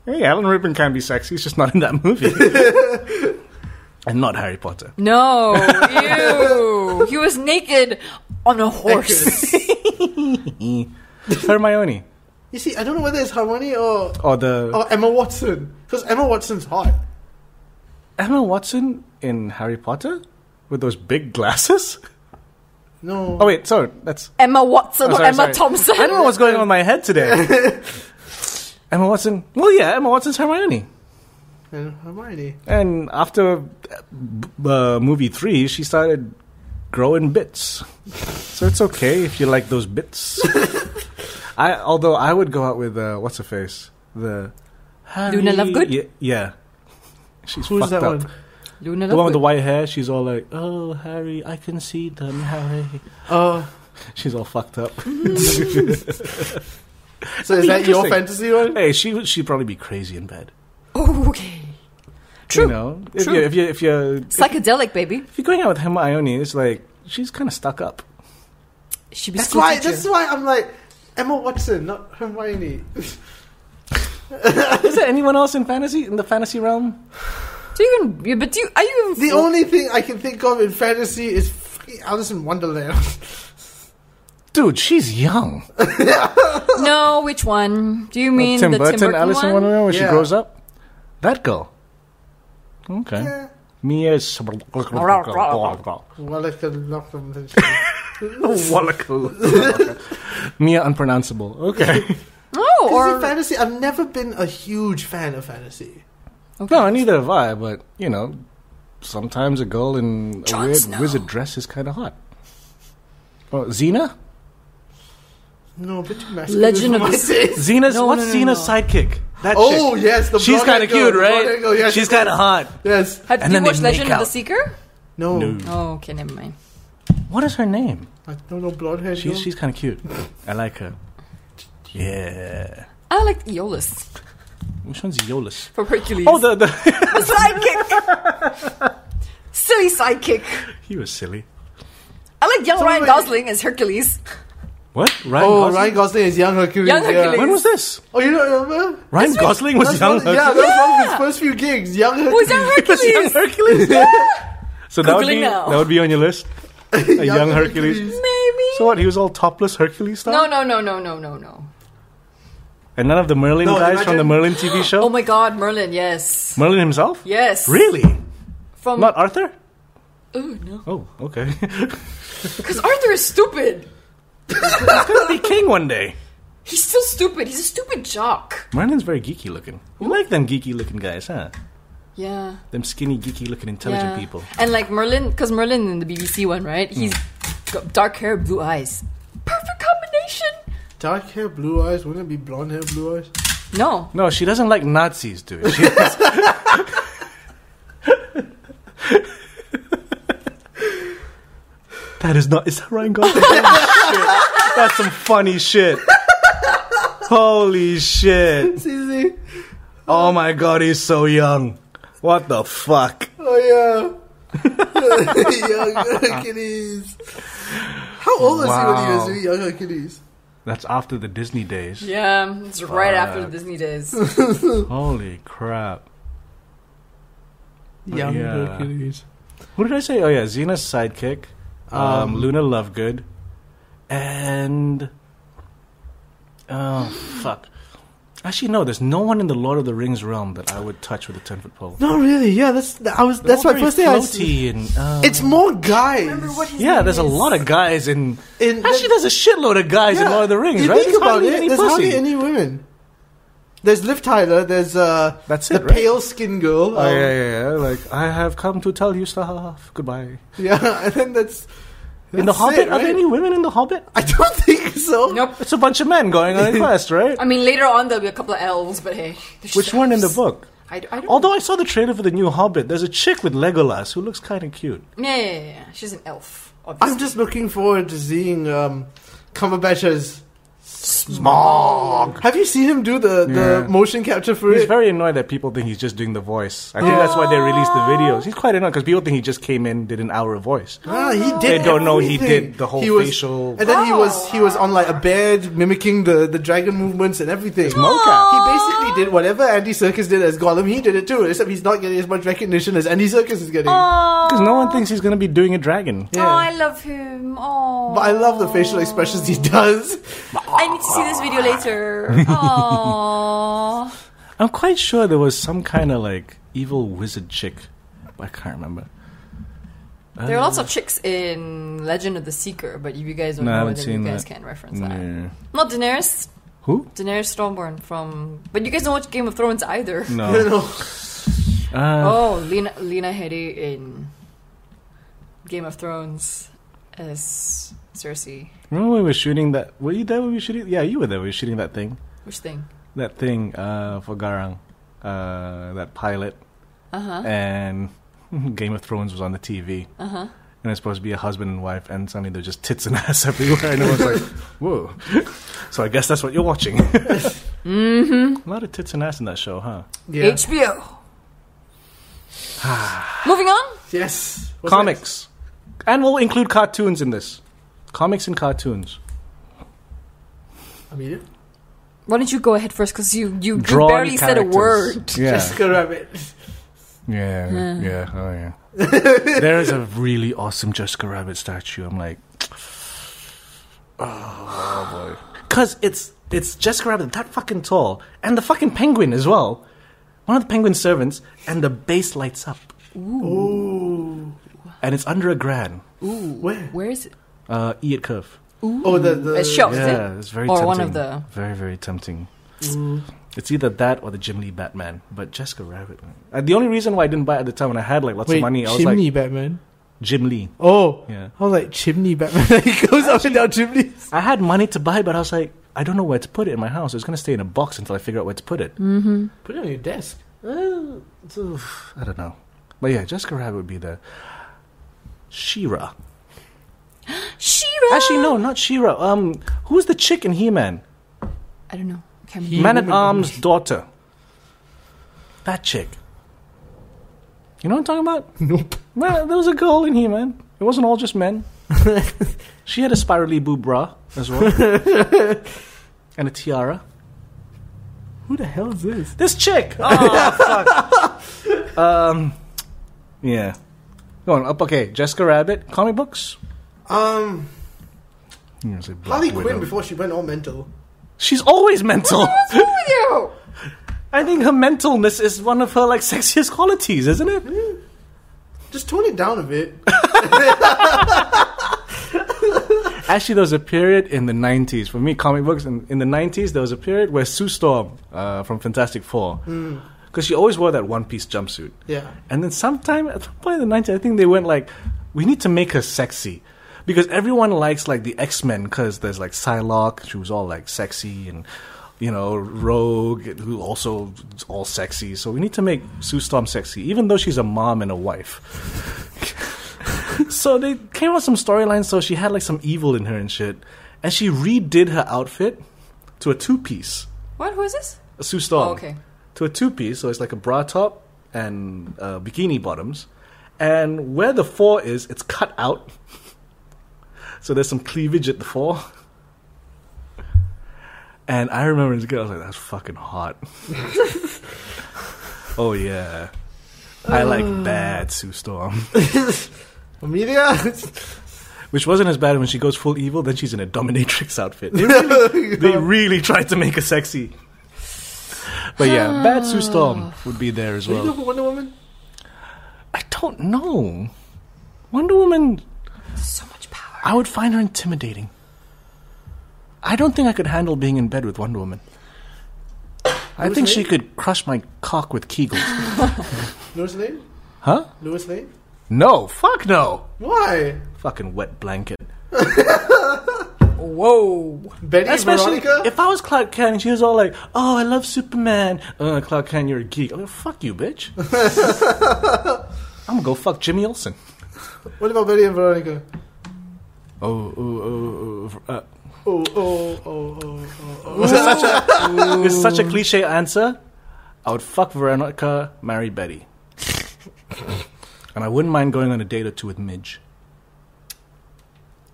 [SPEAKER 2] Hey, Alan Rippon can be sexy. He's just not in that movie. and not Harry Potter.
[SPEAKER 1] No. Ew. He was naked on a horse.
[SPEAKER 2] Hermione.
[SPEAKER 3] You see, I don't know whether it's Hermione or
[SPEAKER 2] Or the.
[SPEAKER 3] or Emma Watson because Emma Watson's hot.
[SPEAKER 2] Emma Watson in Harry Potter with those big glasses?
[SPEAKER 3] No.
[SPEAKER 2] Oh wait, sorry, that's
[SPEAKER 1] Emma Watson
[SPEAKER 2] oh,
[SPEAKER 1] or
[SPEAKER 2] sorry,
[SPEAKER 1] Emma
[SPEAKER 2] sorry.
[SPEAKER 1] Thompson.
[SPEAKER 2] I don't know what's going on in my head today. Emma Watson. Well, yeah, Emma Watson's Hermione.
[SPEAKER 3] And Hermione.
[SPEAKER 2] And after uh, movie three, she started growing bits. So it's okay if you like those bits. I although I would go out with uh, what's her face the
[SPEAKER 1] Luna
[SPEAKER 2] Harry-
[SPEAKER 1] Lovegood?
[SPEAKER 2] Yeah, yeah. she's
[SPEAKER 3] Who's
[SPEAKER 2] fucked
[SPEAKER 3] that
[SPEAKER 2] up.
[SPEAKER 3] one?
[SPEAKER 1] Luna
[SPEAKER 2] The one with the
[SPEAKER 1] Lovegood.
[SPEAKER 2] white hair. She's all like, "Oh Harry, I can see them, Harry."
[SPEAKER 3] Oh,
[SPEAKER 2] She's all fucked up.
[SPEAKER 1] Mm.
[SPEAKER 3] so is
[SPEAKER 2] be
[SPEAKER 3] that your
[SPEAKER 2] interesting.
[SPEAKER 3] fantasy one?
[SPEAKER 2] hey, she would- she'd probably be crazy in bed.
[SPEAKER 1] Oh, okay. True.
[SPEAKER 2] You know, if
[SPEAKER 1] True.
[SPEAKER 2] you if you if you
[SPEAKER 1] Psychedelic, baby.
[SPEAKER 2] if you're going out with Hermione, it's like she's kind of stuck up.
[SPEAKER 1] She be
[SPEAKER 3] That's
[SPEAKER 1] school
[SPEAKER 3] why.
[SPEAKER 1] teacher.
[SPEAKER 3] That's why I'm like Emma Watson, not Hermione.
[SPEAKER 2] Is there anyone else in fantasy in the fantasy realm?
[SPEAKER 1] Do you even? Yeah, but do you? Are you even?
[SPEAKER 3] The only thing I can think of in fantasy is fucking Alice in Wonderland.
[SPEAKER 2] Dude, she's young.
[SPEAKER 1] No, which one? Do you mean
[SPEAKER 2] Uh, Tim
[SPEAKER 1] the
[SPEAKER 2] Burton,
[SPEAKER 1] Tim Burton
[SPEAKER 2] Alice in
[SPEAKER 1] one?
[SPEAKER 2] Wonderland, when she
[SPEAKER 3] Yeah.
[SPEAKER 2] grows up. That girl. Okay.
[SPEAKER 3] Yeah.
[SPEAKER 2] Mia is.
[SPEAKER 3] Well, I can lock them. then.
[SPEAKER 2] Mia unpronounceable. Okay.
[SPEAKER 1] Oh,
[SPEAKER 3] Because in
[SPEAKER 1] or
[SPEAKER 3] fantasy, I've never been a huge fan of fantasy.
[SPEAKER 1] okay.
[SPEAKER 2] No, neither have I. But you know, sometimes a girl in a
[SPEAKER 1] Jon
[SPEAKER 2] weird
[SPEAKER 1] Snow.
[SPEAKER 2] wizard dress is kind of hot. Oh, Xena?
[SPEAKER 3] No, but too masculine.
[SPEAKER 1] Legend of
[SPEAKER 3] for my
[SPEAKER 1] the
[SPEAKER 3] taste.
[SPEAKER 2] Xena's
[SPEAKER 1] No,
[SPEAKER 2] what's
[SPEAKER 1] no, no,
[SPEAKER 2] Xena's
[SPEAKER 1] no.
[SPEAKER 2] sidekick? That
[SPEAKER 3] Oh
[SPEAKER 2] chick.
[SPEAKER 3] yes, the
[SPEAKER 2] she's kind
[SPEAKER 3] blonde hair
[SPEAKER 2] of cute,
[SPEAKER 3] girl,
[SPEAKER 2] right?
[SPEAKER 3] blonde hair girl, yes,
[SPEAKER 2] she's kind of hot.
[SPEAKER 3] yes.
[SPEAKER 1] Have
[SPEAKER 2] And
[SPEAKER 1] you
[SPEAKER 2] then they
[SPEAKER 1] watched Legend
[SPEAKER 2] make
[SPEAKER 1] of the
[SPEAKER 2] out.
[SPEAKER 1] Seeker?
[SPEAKER 3] No,
[SPEAKER 2] No.
[SPEAKER 1] Oh, okay, never mind.
[SPEAKER 2] What is her name?
[SPEAKER 3] I don't know blonde hair.
[SPEAKER 2] She's
[SPEAKER 3] girl.
[SPEAKER 2] she's kind of cute. I like her. Yeah.
[SPEAKER 1] I like Eolus
[SPEAKER 2] Which one's Eolus?
[SPEAKER 1] from Hercules.
[SPEAKER 2] Oh, the, the
[SPEAKER 1] the sidekick. Silly sidekick.
[SPEAKER 2] he was silly.
[SPEAKER 1] I like young
[SPEAKER 3] So
[SPEAKER 1] Ryan
[SPEAKER 3] wait-
[SPEAKER 1] Gosling as Hercules.
[SPEAKER 2] What? Ryan
[SPEAKER 3] Oh,
[SPEAKER 2] Gosling?
[SPEAKER 3] Ryan Gosling is young Hercules.
[SPEAKER 1] Young
[SPEAKER 3] yeah.
[SPEAKER 1] Hercules.
[SPEAKER 2] When was this?
[SPEAKER 3] Oh, you don't remember?
[SPEAKER 2] Ryan Gosling was
[SPEAKER 3] That's
[SPEAKER 2] young.
[SPEAKER 3] one- yeah,
[SPEAKER 2] Hercules?
[SPEAKER 3] that's one of his
[SPEAKER 1] Yeah.
[SPEAKER 3] first few gigs. Young Hercules.
[SPEAKER 1] Who's young Oh, Hercules?
[SPEAKER 2] Young Hercules. So that would
[SPEAKER 1] Googling
[SPEAKER 2] be
[SPEAKER 1] now.
[SPEAKER 2] that would be on your list. A young, Hercules.
[SPEAKER 1] Maybe.
[SPEAKER 2] So what? He was all topless Hercules style.
[SPEAKER 1] no, no, no, no, no, no, no.
[SPEAKER 2] And none of the Merlin
[SPEAKER 3] No,
[SPEAKER 2] guys from the
[SPEAKER 3] imagine-
[SPEAKER 2] Merlin TV show.
[SPEAKER 1] Oh my God, Merlin. Yes,
[SPEAKER 2] Merlin himself.
[SPEAKER 1] yes. Um,
[SPEAKER 2] Really?
[SPEAKER 1] From
[SPEAKER 2] Not Arthur?
[SPEAKER 1] Ooh, no,
[SPEAKER 2] Oh, okay.
[SPEAKER 1] because Arthur is stupid.
[SPEAKER 2] He'll be king one day.
[SPEAKER 1] He's still stupid. He's a stupid jock.
[SPEAKER 2] Merlin's very geeky looking. You like them geeky looking guys, huh?
[SPEAKER 1] Yeah.
[SPEAKER 2] Them skinny, geeky looking, intelligent
[SPEAKER 1] Yeah.
[SPEAKER 2] people.
[SPEAKER 1] And like Merlin, because Merlin in the BBC one, right? He's
[SPEAKER 2] Hmm.
[SPEAKER 1] got dark hair, blue eyes. Perfect combination.
[SPEAKER 3] Dark hair, blue eyes. Wouldn't it be blonde hair, blue eyes?
[SPEAKER 1] No,
[SPEAKER 2] No, she doesn't like Nazis, dude. She that is not. Is that Ryan Gosling? Holy shit. That's some funny shit. Holy shit.
[SPEAKER 3] Easy.
[SPEAKER 2] Oh my god, he's so young. What the fuck?
[SPEAKER 3] Oh yeah. young Hercules. How old
[SPEAKER 2] Wow.
[SPEAKER 3] is he when he was young Hercules?
[SPEAKER 2] That's after the Disney days.
[SPEAKER 1] yeah, it's right after
[SPEAKER 2] Fuck.
[SPEAKER 1] the Disney days.
[SPEAKER 2] Holy crap.
[SPEAKER 3] Young
[SPEAKER 2] Yeah.
[SPEAKER 3] Hercules.
[SPEAKER 2] What did I say? Oh yeah, Xena's sidekick, um,
[SPEAKER 3] Um,
[SPEAKER 2] Luna Lovegood, and oh fuck. Actually, no. There's no one in the Lord of the Rings realm that I would touch with a ten foot pole.
[SPEAKER 3] No, really. Yeah, that's I was. That's my first thing. I s-
[SPEAKER 2] Floaty and uh,
[SPEAKER 3] It's more guys.
[SPEAKER 1] Remember what his
[SPEAKER 2] yeah.
[SPEAKER 1] name
[SPEAKER 2] There's a
[SPEAKER 1] is.
[SPEAKER 2] lot of guys in.
[SPEAKER 3] In-
[SPEAKER 2] Actually, there's a shitload of guys in
[SPEAKER 3] Yeah,
[SPEAKER 2] Lord of the Rings,
[SPEAKER 3] you
[SPEAKER 2] right?
[SPEAKER 3] Think
[SPEAKER 2] There's
[SPEAKER 3] about
[SPEAKER 2] hardly
[SPEAKER 3] it.
[SPEAKER 2] any
[SPEAKER 3] There's
[SPEAKER 2] pussy.
[SPEAKER 3] hardly any women. There's Liv Tyler. There's uh,
[SPEAKER 2] That's
[SPEAKER 3] the
[SPEAKER 2] it, right?
[SPEAKER 3] pale skinned girl.
[SPEAKER 2] Oh
[SPEAKER 3] um,
[SPEAKER 2] yeah, yeah, yeah. Like I have come to tell you stuff. Goodbye.
[SPEAKER 3] yeah, and then that's,
[SPEAKER 2] in the
[SPEAKER 3] that's
[SPEAKER 2] Hobbit,
[SPEAKER 3] it,
[SPEAKER 2] are there
[SPEAKER 3] right?
[SPEAKER 2] any women in the Hobbit?
[SPEAKER 3] I don't think so.
[SPEAKER 1] Nope.
[SPEAKER 2] It's a bunch of men going on a quest, right?
[SPEAKER 1] I mean, later on there'll be a couple of elves, but hey. they're
[SPEAKER 2] Which
[SPEAKER 1] just
[SPEAKER 2] one in the
[SPEAKER 1] elves.
[SPEAKER 2] book?
[SPEAKER 1] I, d- I don't.
[SPEAKER 2] Although I saw the trailer for the new Hobbit, there's a chick with Legolas who looks kind of cute.
[SPEAKER 1] yeah, yeah, yeah, yeah. she's an elf. Obviously.
[SPEAKER 3] I'm just looking forward to seeing um, Cumberbatch as
[SPEAKER 2] Smog.
[SPEAKER 3] Have you seen him do the,
[SPEAKER 2] Yeah.
[SPEAKER 3] the motion capture for
[SPEAKER 2] He's
[SPEAKER 3] it?
[SPEAKER 2] very annoyed that people think he's just doing the voice. I think that's why they released the videos. He's quite annoyed because people think he just came in, did an hour of voice.
[SPEAKER 3] Ah, he did.
[SPEAKER 2] They don't know he
[SPEAKER 3] everything.
[SPEAKER 2] did the whole
[SPEAKER 3] He was-
[SPEAKER 2] facial-
[SPEAKER 3] and then he was he was on like a bed mimicking the, the dragon movements and everything.
[SPEAKER 2] mocap.
[SPEAKER 3] He basically did whatever Andy Circus did as Gollum. He did it too, except he's not getting as much recognition as Andy Circus is getting.
[SPEAKER 2] Because no one thinks he's going to be doing a dragon.
[SPEAKER 1] Oh,
[SPEAKER 3] Yeah.
[SPEAKER 1] I love him. Oh,
[SPEAKER 3] But I love the facial expressions he does.
[SPEAKER 1] I need to see this video later. Oh,
[SPEAKER 2] I'm quite sure there was some kind of like evil wizard chick. I can't remember.
[SPEAKER 1] there are lots of chicks in Legend of the Seeker, but if you guys don't
[SPEAKER 2] No, I
[SPEAKER 1] know,
[SPEAKER 2] haven't
[SPEAKER 1] then you
[SPEAKER 2] seen
[SPEAKER 1] guys
[SPEAKER 2] that.
[SPEAKER 1] can't reference that.
[SPEAKER 2] Um, Yeah.
[SPEAKER 1] Not Daenerys.
[SPEAKER 2] Who?
[SPEAKER 1] Daenerys Stormborn from. But you guys don't watch Game of Thrones either.
[SPEAKER 2] No.
[SPEAKER 3] no.
[SPEAKER 2] Uh,
[SPEAKER 1] Oh, Lena Lena Headey in Game of Thrones as Cersei.
[SPEAKER 2] Remember when we were shooting that? Were you there when we were shooting? Yeah, you were there. when We were shooting that thing.
[SPEAKER 1] Which thing?
[SPEAKER 2] That thing uh, for Garang. Uh, that pilot.
[SPEAKER 1] Uh huh.
[SPEAKER 2] And Game of Thrones was on the TV.
[SPEAKER 1] Uh huh.
[SPEAKER 2] And it's supposed to be a husband and wife. And suddenly they're just tits and ass everywhere. And everyone's like, whoa. so I guess that's what you're watching.
[SPEAKER 1] Mm hmm.
[SPEAKER 2] a lot of tits and ass in that show, huh?
[SPEAKER 3] Yeah.
[SPEAKER 1] HBO. Moving on.
[SPEAKER 3] yes. What's
[SPEAKER 2] Comics. And we'll include cartoons in this. Comics and cartoons.
[SPEAKER 3] next? Amelia?
[SPEAKER 1] Why don't you go ahead first? Because you, you, you
[SPEAKER 2] Drawn
[SPEAKER 1] barely said a
[SPEAKER 2] characters.
[SPEAKER 1] word.
[SPEAKER 2] Yeah.
[SPEAKER 3] Jessica Rabbit.
[SPEAKER 2] Yeah,
[SPEAKER 1] Yeah.
[SPEAKER 2] yeah, oh yeah. there is a really awesome Jessica Rabbit statue. I'm like, oh boy, because it's it's Jessica Rabbit that fucking tall, and the fucking penguin as well. One of the penguin servants, and the base lights up, Oh,
[SPEAKER 3] Ooh.
[SPEAKER 2] and it's under a grand.
[SPEAKER 1] Ooh.
[SPEAKER 3] Where?
[SPEAKER 1] Where is it?
[SPEAKER 2] Uh, E at curve.
[SPEAKER 1] Ooh.
[SPEAKER 3] Oh, the- the-
[SPEAKER 1] A shop, is it?
[SPEAKER 2] yeah, it's very
[SPEAKER 1] Or
[SPEAKER 2] tempting.
[SPEAKER 1] one of the-
[SPEAKER 2] very very tempting. It's either that or the Jim Lee Batman, but Jessica Rabbit. Uh, the only reason why I didn't buy it at the time when I had like lots
[SPEAKER 4] Wait,
[SPEAKER 2] of money, I was
[SPEAKER 4] chimney
[SPEAKER 2] like
[SPEAKER 4] Batman.
[SPEAKER 2] Jim Lee.
[SPEAKER 4] Oh,
[SPEAKER 2] Yeah.
[SPEAKER 4] I was like chimney Batman. he goes up and down chimneys.
[SPEAKER 2] I had money to buy, but I was like, I don't know where to put it in my house. It's going to stay in a box until I figure out where to put it.
[SPEAKER 1] Mm-hmm.
[SPEAKER 3] Put it on your desk.
[SPEAKER 2] Uh, so, I don't know. But yeah, Jessica Rabbit would be there. She-Ra.
[SPEAKER 1] She-Ra.
[SPEAKER 2] Actually, no, not She-Ra. Um, who's the chick in He-Man?
[SPEAKER 1] I don't know. Can't remember.
[SPEAKER 2] Man-at-Arm's daughter. That chick. You know what I'm talking about?
[SPEAKER 4] Nope.
[SPEAKER 2] Well, there was a girl in He-Man. It wasn't all just men. she had a spirally boob bra as well. and a tiara.
[SPEAKER 4] Who the hell is this?
[SPEAKER 2] This chick. Oh fuck. Um, yeah. Go on. Up. Okay. Jessica Rabbit. Comic books.
[SPEAKER 3] Um,
[SPEAKER 2] You know, say Black
[SPEAKER 3] Harley
[SPEAKER 2] Widow.
[SPEAKER 3] Quinn before she went all mental.
[SPEAKER 2] She's always mental.
[SPEAKER 1] What's wrong with you?
[SPEAKER 2] I think her mentalness is one of her like sexiest qualities, isn't it?
[SPEAKER 3] Just tone it down a bit.
[SPEAKER 2] Actually, there was a period in the '90s for me. Comic books in, in the '90s. There was a period where Sue Storm uh, from Fantastic Four,
[SPEAKER 3] Hmm.
[SPEAKER 2] because she always wore that one-piece jumpsuit.
[SPEAKER 3] Yeah.
[SPEAKER 2] And then sometime at some point in the 90s, I think they went like, we need to make her sexy. Because everyone likes like the X Men because there's like Psylocke, she was all like sexy, and you know Rogue, who also is all sexy. So we need to make Sue Storm sexy, even though she's a mom and a wife. so they came up with some storylines. So she had like some evil in her and shit, and she redid her outfit to a two piece.
[SPEAKER 1] What? Who is this?
[SPEAKER 2] A Sue Storm
[SPEAKER 1] Oh, okay.
[SPEAKER 2] to a two piece, so it's like a bra top and uh, bikini bottoms. And where the four is, it's cut out. so there's some cleavage at the four. And I remember as a kid, I was like, that's fucking hot. oh, yeah. I like bad Sue Storm.
[SPEAKER 3] Amelia?
[SPEAKER 2] Which wasn't as bad when she goes full evil, then she's in a dominatrix outfit. They really, they
[SPEAKER 3] Oh.
[SPEAKER 2] really tried to make her sexy. But yeah, bad Sue Storm would be there as
[SPEAKER 3] Do you know
[SPEAKER 2] well.
[SPEAKER 3] who Wonder Woman?
[SPEAKER 2] I don't know. Wonder Woman,
[SPEAKER 1] So much power.
[SPEAKER 2] I would find her intimidating. I don't think I could handle being in bed with Wonder Woman. I
[SPEAKER 3] Who's
[SPEAKER 2] think she
[SPEAKER 3] Lane?
[SPEAKER 2] could crush my cock with Kegels.
[SPEAKER 3] Lois Lane?
[SPEAKER 2] huh?
[SPEAKER 3] Lois Lane?
[SPEAKER 2] No, fuck no.
[SPEAKER 3] Why?
[SPEAKER 2] Fucking wet blanket.
[SPEAKER 1] Whoa.
[SPEAKER 3] Betty
[SPEAKER 2] Especially
[SPEAKER 3] Veronica?
[SPEAKER 2] if I was Clark Kent and she was all like, "Oh, I love Superman." Uh, Clark Kent, you're a geek. I'm like, "Fuck you, bitch." I'm gonna go fuck Jimmy Olsen.
[SPEAKER 3] what about Betty and Veronica?
[SPEAKER 2] Oh, oh, oh, oh. Uh,
[SPEAKER 3] Oh, oh, oh, oh, oh, oh.
[SPEAKER 2] this, is such a, this is such a cliche answer. I would fuck Veronica, marry Betty, and I wouldn't mind going on a date or two with Midge.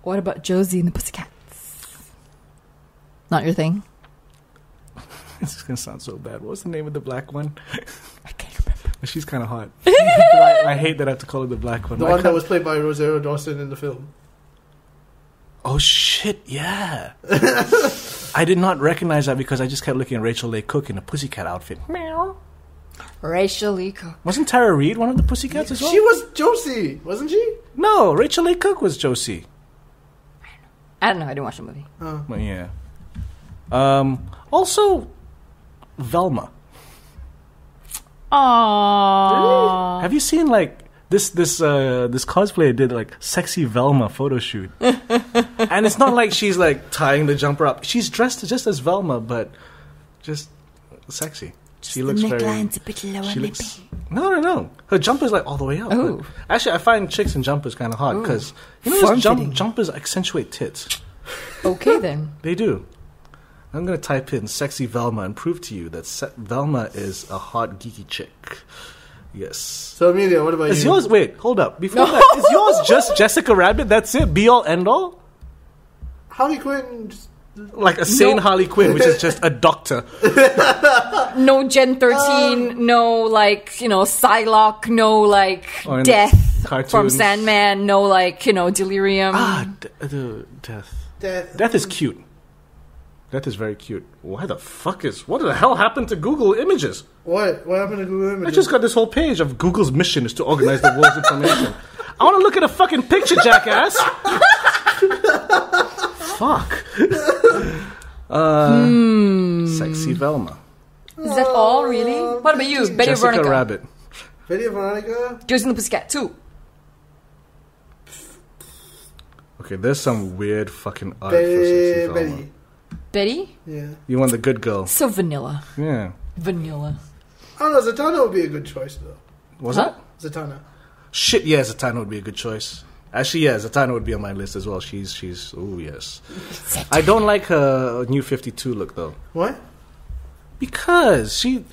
[SPEAKER 1] What about Josie and the Pussycats? Not your thing.
[SPEAKER 2] This is gonna sound so bad. What was the name of the black one?
[SPEAKER 1] I can't remember.
[SPEAKER 2] She's kind of hot. But I, I hate that I have to call her the black one.
[SPEAKER 3] The
[SPEAKER 2] I
[SPEAKER 3] one that
[SPEAKER 2] can't-
[SPEAKER 3] was played by Rosario Dawson in the film.
[SPEAKER 2] Oh shit, yeah. I did not recognize that because I just kept looking at Rachel Leigh Cook in a pussycat outfit. Meow.
[SPEAKER 1] Rachel Lee Cook.
[SPEAKER 2] Wasn't Tara Reid one of the pussycats as well?
[SPEAKER 3] She was Josie, wasn't she?
[SPEAKER 2] no, Rachel Leigh Cook was Josie.
[SPEAKER 1] I don't know. I didn't watch the movie.
[SPEAKER 3] Oh.
[SPEAKER 2] Well, yeah. Um, also, Velma.
[SPEAKER 5] Aww.
[SPEAKER 2] Have you seen like this this uh, this cosplayer did like sexy Velma photo shoot, and it's not like she's like tying the jumper up. She's dressed just as Velma, but just sexy. she looks very.
[SPEAKER 5] neckline's a bit lower,
[SPEAKER 2] she looks. No, no, no. Her jumper's like all the way up. but-
[SPEAKER 5] Ooh.
[SPEAKER 2] Actually, I find chicks in jumpers kind of hard because you know those
[SPEAKER 5] Form-fitting.
[SPEAKER 2] jump, jumpers accentuate tits.
[SPEAKER 1] Okay then.
[SPEAKER 2] They do. I'm gonna type in "sexy Velma" and prove to you that se- Velma is a hot geeky chick. Yes.
[SPEAKER 3] So Amelia, what about
[SPEAKER 2] Is
[SPEAKER 3] you?
[SPEAKER 2] yours? Wait, hold up. Before that, is yours just Jessica Rabbit? That's it. Be all end all.
[SPEAKER 3] Harley Quinn. Just,
[SPEAKER 2] Like a sane
[SPEAKER 1] No.
[SPEAKER 2] Harley Quinn, which is just a doctor.
[SPEAKER 1] No Gen 13, no like, you know, Psylocke, no like
[SPEAKER 2] Or in
[SPEAKER 1] death from
[SPEAKER 2] Oh, cartoons.
[SPEAKER 1] Sandman, no like, you know, delirium.
[SPEAKER 2] Ah, d- the death.
[SPEAKER 3] death.
[SPEAKER 2] Death is cute. Death is very cute. Why the fuck is? What the hell happened to Google Images?
[SPEAKER 3] What? What happened to Google
[SPEAKER 2] I
[SPEAKER 3] Images?
[SPEAKER 2] just got this whole page of Google's mission is to organize the world's information. I want to look at a fucking picture, jackass. fuck. Uh,
[SPEAKER 1] Hmm.
[SPEAKER 2] Sexy Velma.
[SPEAKER 1] Is that all really? What about you? Betty
[SPEAKER 2] Jessica
[SPEAKER 1] Veronica.
[SPEAKER 2] Rabbit.
[SPEAKER 3] Betty Veronica.
[SPEAKER 1] Josie and the Pussycat too.
[SPEAKER 2] Okay, there's some weird fucking art for
[SPEAKER 3] Betty.
[SPEAKER 2] sexy Velma.
[SPEAKER 3] Betty.
[SPEAKER 1] Betty?
[SPEAKER 3] Yeah.
[SPEAKER 2] You want the good girl?
[SPEAKER 1] So vanilla.
[SPEAKER 2] Yeah.
[SPEAKER 1] Vanilla.
[SPEAKER 3] I don't know. Oh, Zatanna would be a good choice though.
[SPEAKER 2] Was
[SPEAKER 1] Huh?
[SPEAKER 2] it?
[SPEAKER 3] Zatanna.
[SPEAKER 2] Shit, yeah, Zatanna would be a good choice. Actually, yeah, Zatanna would be on my list as well. She's she's oh yes. I don't like her new 52 look though.
[SPEAKER 3] What?
[SPEAKER 2] Because she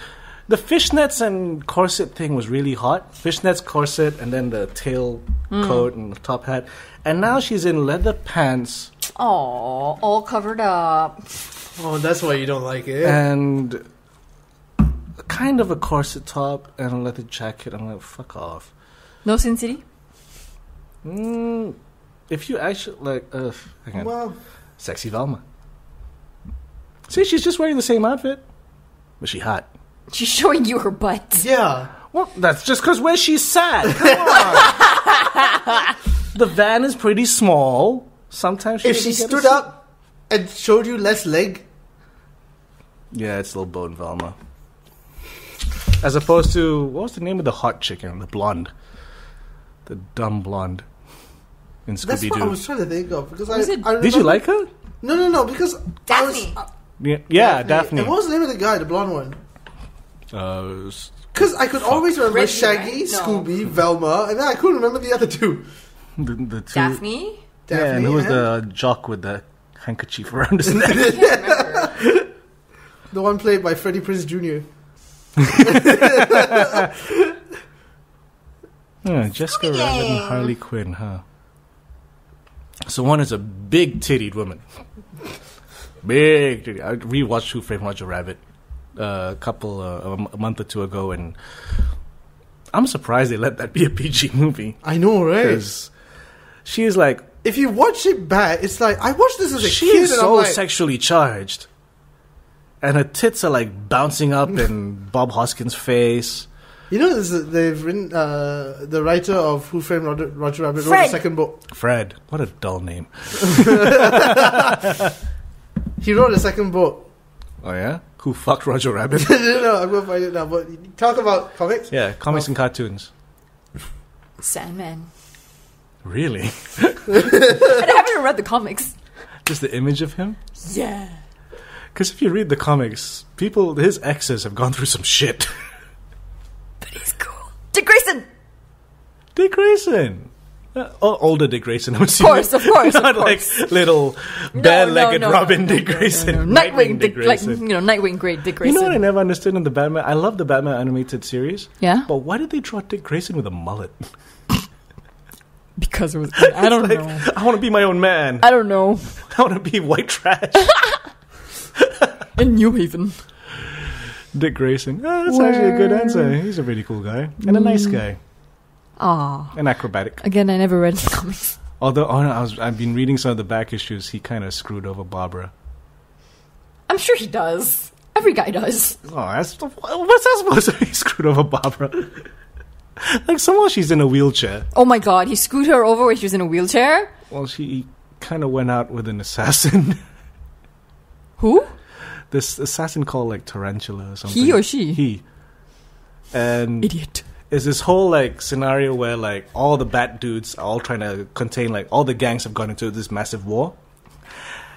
[SPEAKER 2] the fishnets and corset thing was really hot. Fishnets, corset, and then the tail coat and top hat. And now she's in leather pants
[SPEAKER 1] Oh, all covered up.
[SPEAKER 3] Oh, that's why you don't like it.
[SPEAKER 2] and kind of a corset top and a leather jacket. I'm like, fuck off.
[SPEAKER 1] No Sin City?
[SPEAKER 2] Mm, if you actually like, uh, hang on.
[SPEAKER 3] well,
[SPEAKER 2] sexy Velma. See, she's just wearing the same outfit, but she hot.
[SPEAKER 1] She's showing you her butt.
[SPEAKER 3] yeah.
[SPEAKER 2] Well, that's just because where she sat. Come on. the van is pretty small. Sometimes she
[SPEAKER 3] If she
[SPEAKER 2] doesn't get
[SPEAKER 3] stood
[SPEAKER 2] a seat.
[SPEAKER 3] up and showed you less leg,
[SPEAKER 2] yeah, it's little bone Velma. As opposed to what was the name of the hot chicken, the blonde, the dumb blonde in
[SPEAKER 3] that's
[SPEAKER 2] Scooby
[SPEAKER 3] what I
[SPEAKER 2] Doo.
[SPEAKER 3] was trying to think of because
[SPEAKER 1] Was
[SPEAKER 3] I,
[SPEAKER 1] it-
[SPEAKER 3] I
[SPEAKER 2] Did you
[SPEAKER 3] remember-
[SPEAKER 2] like her?
[SPEAKER 3] No, no, no. Because I was- Uh,
[SPEAKER 1] Daphne.
[SPEAKER 2] Yeah, yeah Daphne.
[SPEAKER 3] And what was the name of the guy, the blonde one?
[SPEAKER 2] Uh, s-
[SPEAKER 3] Because I could always remember
[SPEAKER 1] Reggie,
[SPEAKER 3] Shaggy,
[SPEAKER 1] right? No.
[SPEAKER 3] Scooby, Velma, and then I couldn't remember the other two.
[SPEAKER 2] the, the two,
[SPEAKER 1] Daphne?
[SPEAKER 3] Daphne
[SPEAKER 2] yeah, and who was
[SPEAKER 3] and-
[SPEAKER 2] the jock with the handkerchief around his neck?
[SPEAKER 1] Can't remember.
[SPEAKER 3] The one played by Freddie Prince Jr.
[SPEAKER 2] Yeah, Jessica Rabbit and Harley Quinn, huh? So one is a big tittied woman. big titty. I rewatched Who Framed Roger Rabbit uh, a couple, uh, a m- a month or two ago, and I'm surprised they let that be a PG movie.
[SPEAKER 3] I know, right?
[SPEAKER 2] Because she is like,
[SPEAKER 3] If you watch it back, it's like I watched this as a
[SPEAKER 2] she
[SPEAKER 3] kid,
[SPEAKER 2] is
[SPEAKER 3] and
[SPEAKER 2] so
[SPEAKER 3] I'm like,
[SPEAKER 2] sexually charged. And her tits are like bouncing up in Bob Hoskins' face.
[SPEAKER 3] you know, this is, they've written uh, the writer of Who Framed Roger, Roger Rabbit wrote
[SPEAKER 1] Fred.
[SPEAKER 3] the second book.
[SPEAKER 2] Fred, what a dull name.
[SPEAKER 3] He wrote a second book.
[SPEAKER 2] Oh, yeah? Who fucked Roger Rabbit?
[SPEAKER 3] no, no, no, I'm gonna find it now. But talk about comics.
[SPEAKER 2] yeah, comics and cartoons.
[SPEAKER 1] Sandman.
[SPEAKER 2] Really?
[SPEAKER 1] And I haven't even read the comics.
[SPEAKER 2] Just the image of him?
[SPEAKER 1] Yeah.
[SPEAKER 2] Because if you read the comics, people, his exes have gone through some shit.
[SPEAKER 1] But he's cool. Dick Grayson!
[SPEAKER 2] Dick Grayson. Uh, o- older Dick Grayson, I'm Of
[SPEAKER 1] course, of course, of
[SPEAKER 2] Not like little bare legged
[SPEAKER 1] no, no, no,
[SPEAKER 2] Robin Dick Grayson.
[SPEAKER 1] Nightwing, Dick, like,
[SPEAKER 2] Grayson.
[SPEAKER 1] you know, Nightwing, great Dick
[SPEAKER 2] you
[SPEAKER 1] Grayson.
[SPEAKER 2] know what I never understood in the Batman? I love the Batman animated series.
[SPEAKER 1] Yeah?
[SPEAKER 2] But why did they draw Dick Grayson with a mullet?
[SPEAKER 1] Because it was. I don't
[SPEAKER 2] like,
[SPEAKER 1] know.
[SPEAKER 2] I want to be my own man. I,
[SPEAKER 1] I don't know.
[SPEAKER 2] want to be white trash.
[SPEAKER 1] In New Haven.
[SPEAKER 2] Dick Grayson. Ah, that's actually a good answer. He's a really cool guy. And a nice
[SPEAKER 1] Mm.
[SPEAKER 2] guy.
[SPEAKER 1] Ah.
[SPEAKER 2] And acrobatic.
[SPEAKER 1] Again, I never read the comics.
[SPEAKER 2] Although oh, no, I was, I've been reading some of the back issues, he kind of screwed over Barbara.
[SPEAKER 1] I'm sure he does. Every guy does.
[SPEAKER 2] Oh, that's, what's that supposed to be? He screwed over Barbara. like somehow she's in a wheelchair.
[SPEAKER 1] Oh my god, he screwed her over when she was in a wheelchair?
[SPEAKER 2] Well, she kind of went out with an assassin.
[SPEAKER 1] Who?
[SPEAKER 2] this assassin called like Tarantula or something.
[SPEAKER 1] He or she?
[SPEAKER 2] He. And
[SPEAKER 1] Idiot.
[SPEAKER 2] is this whole like scenario where like all the bat dudes are all trying to contain like all the gangs have gone into this massive war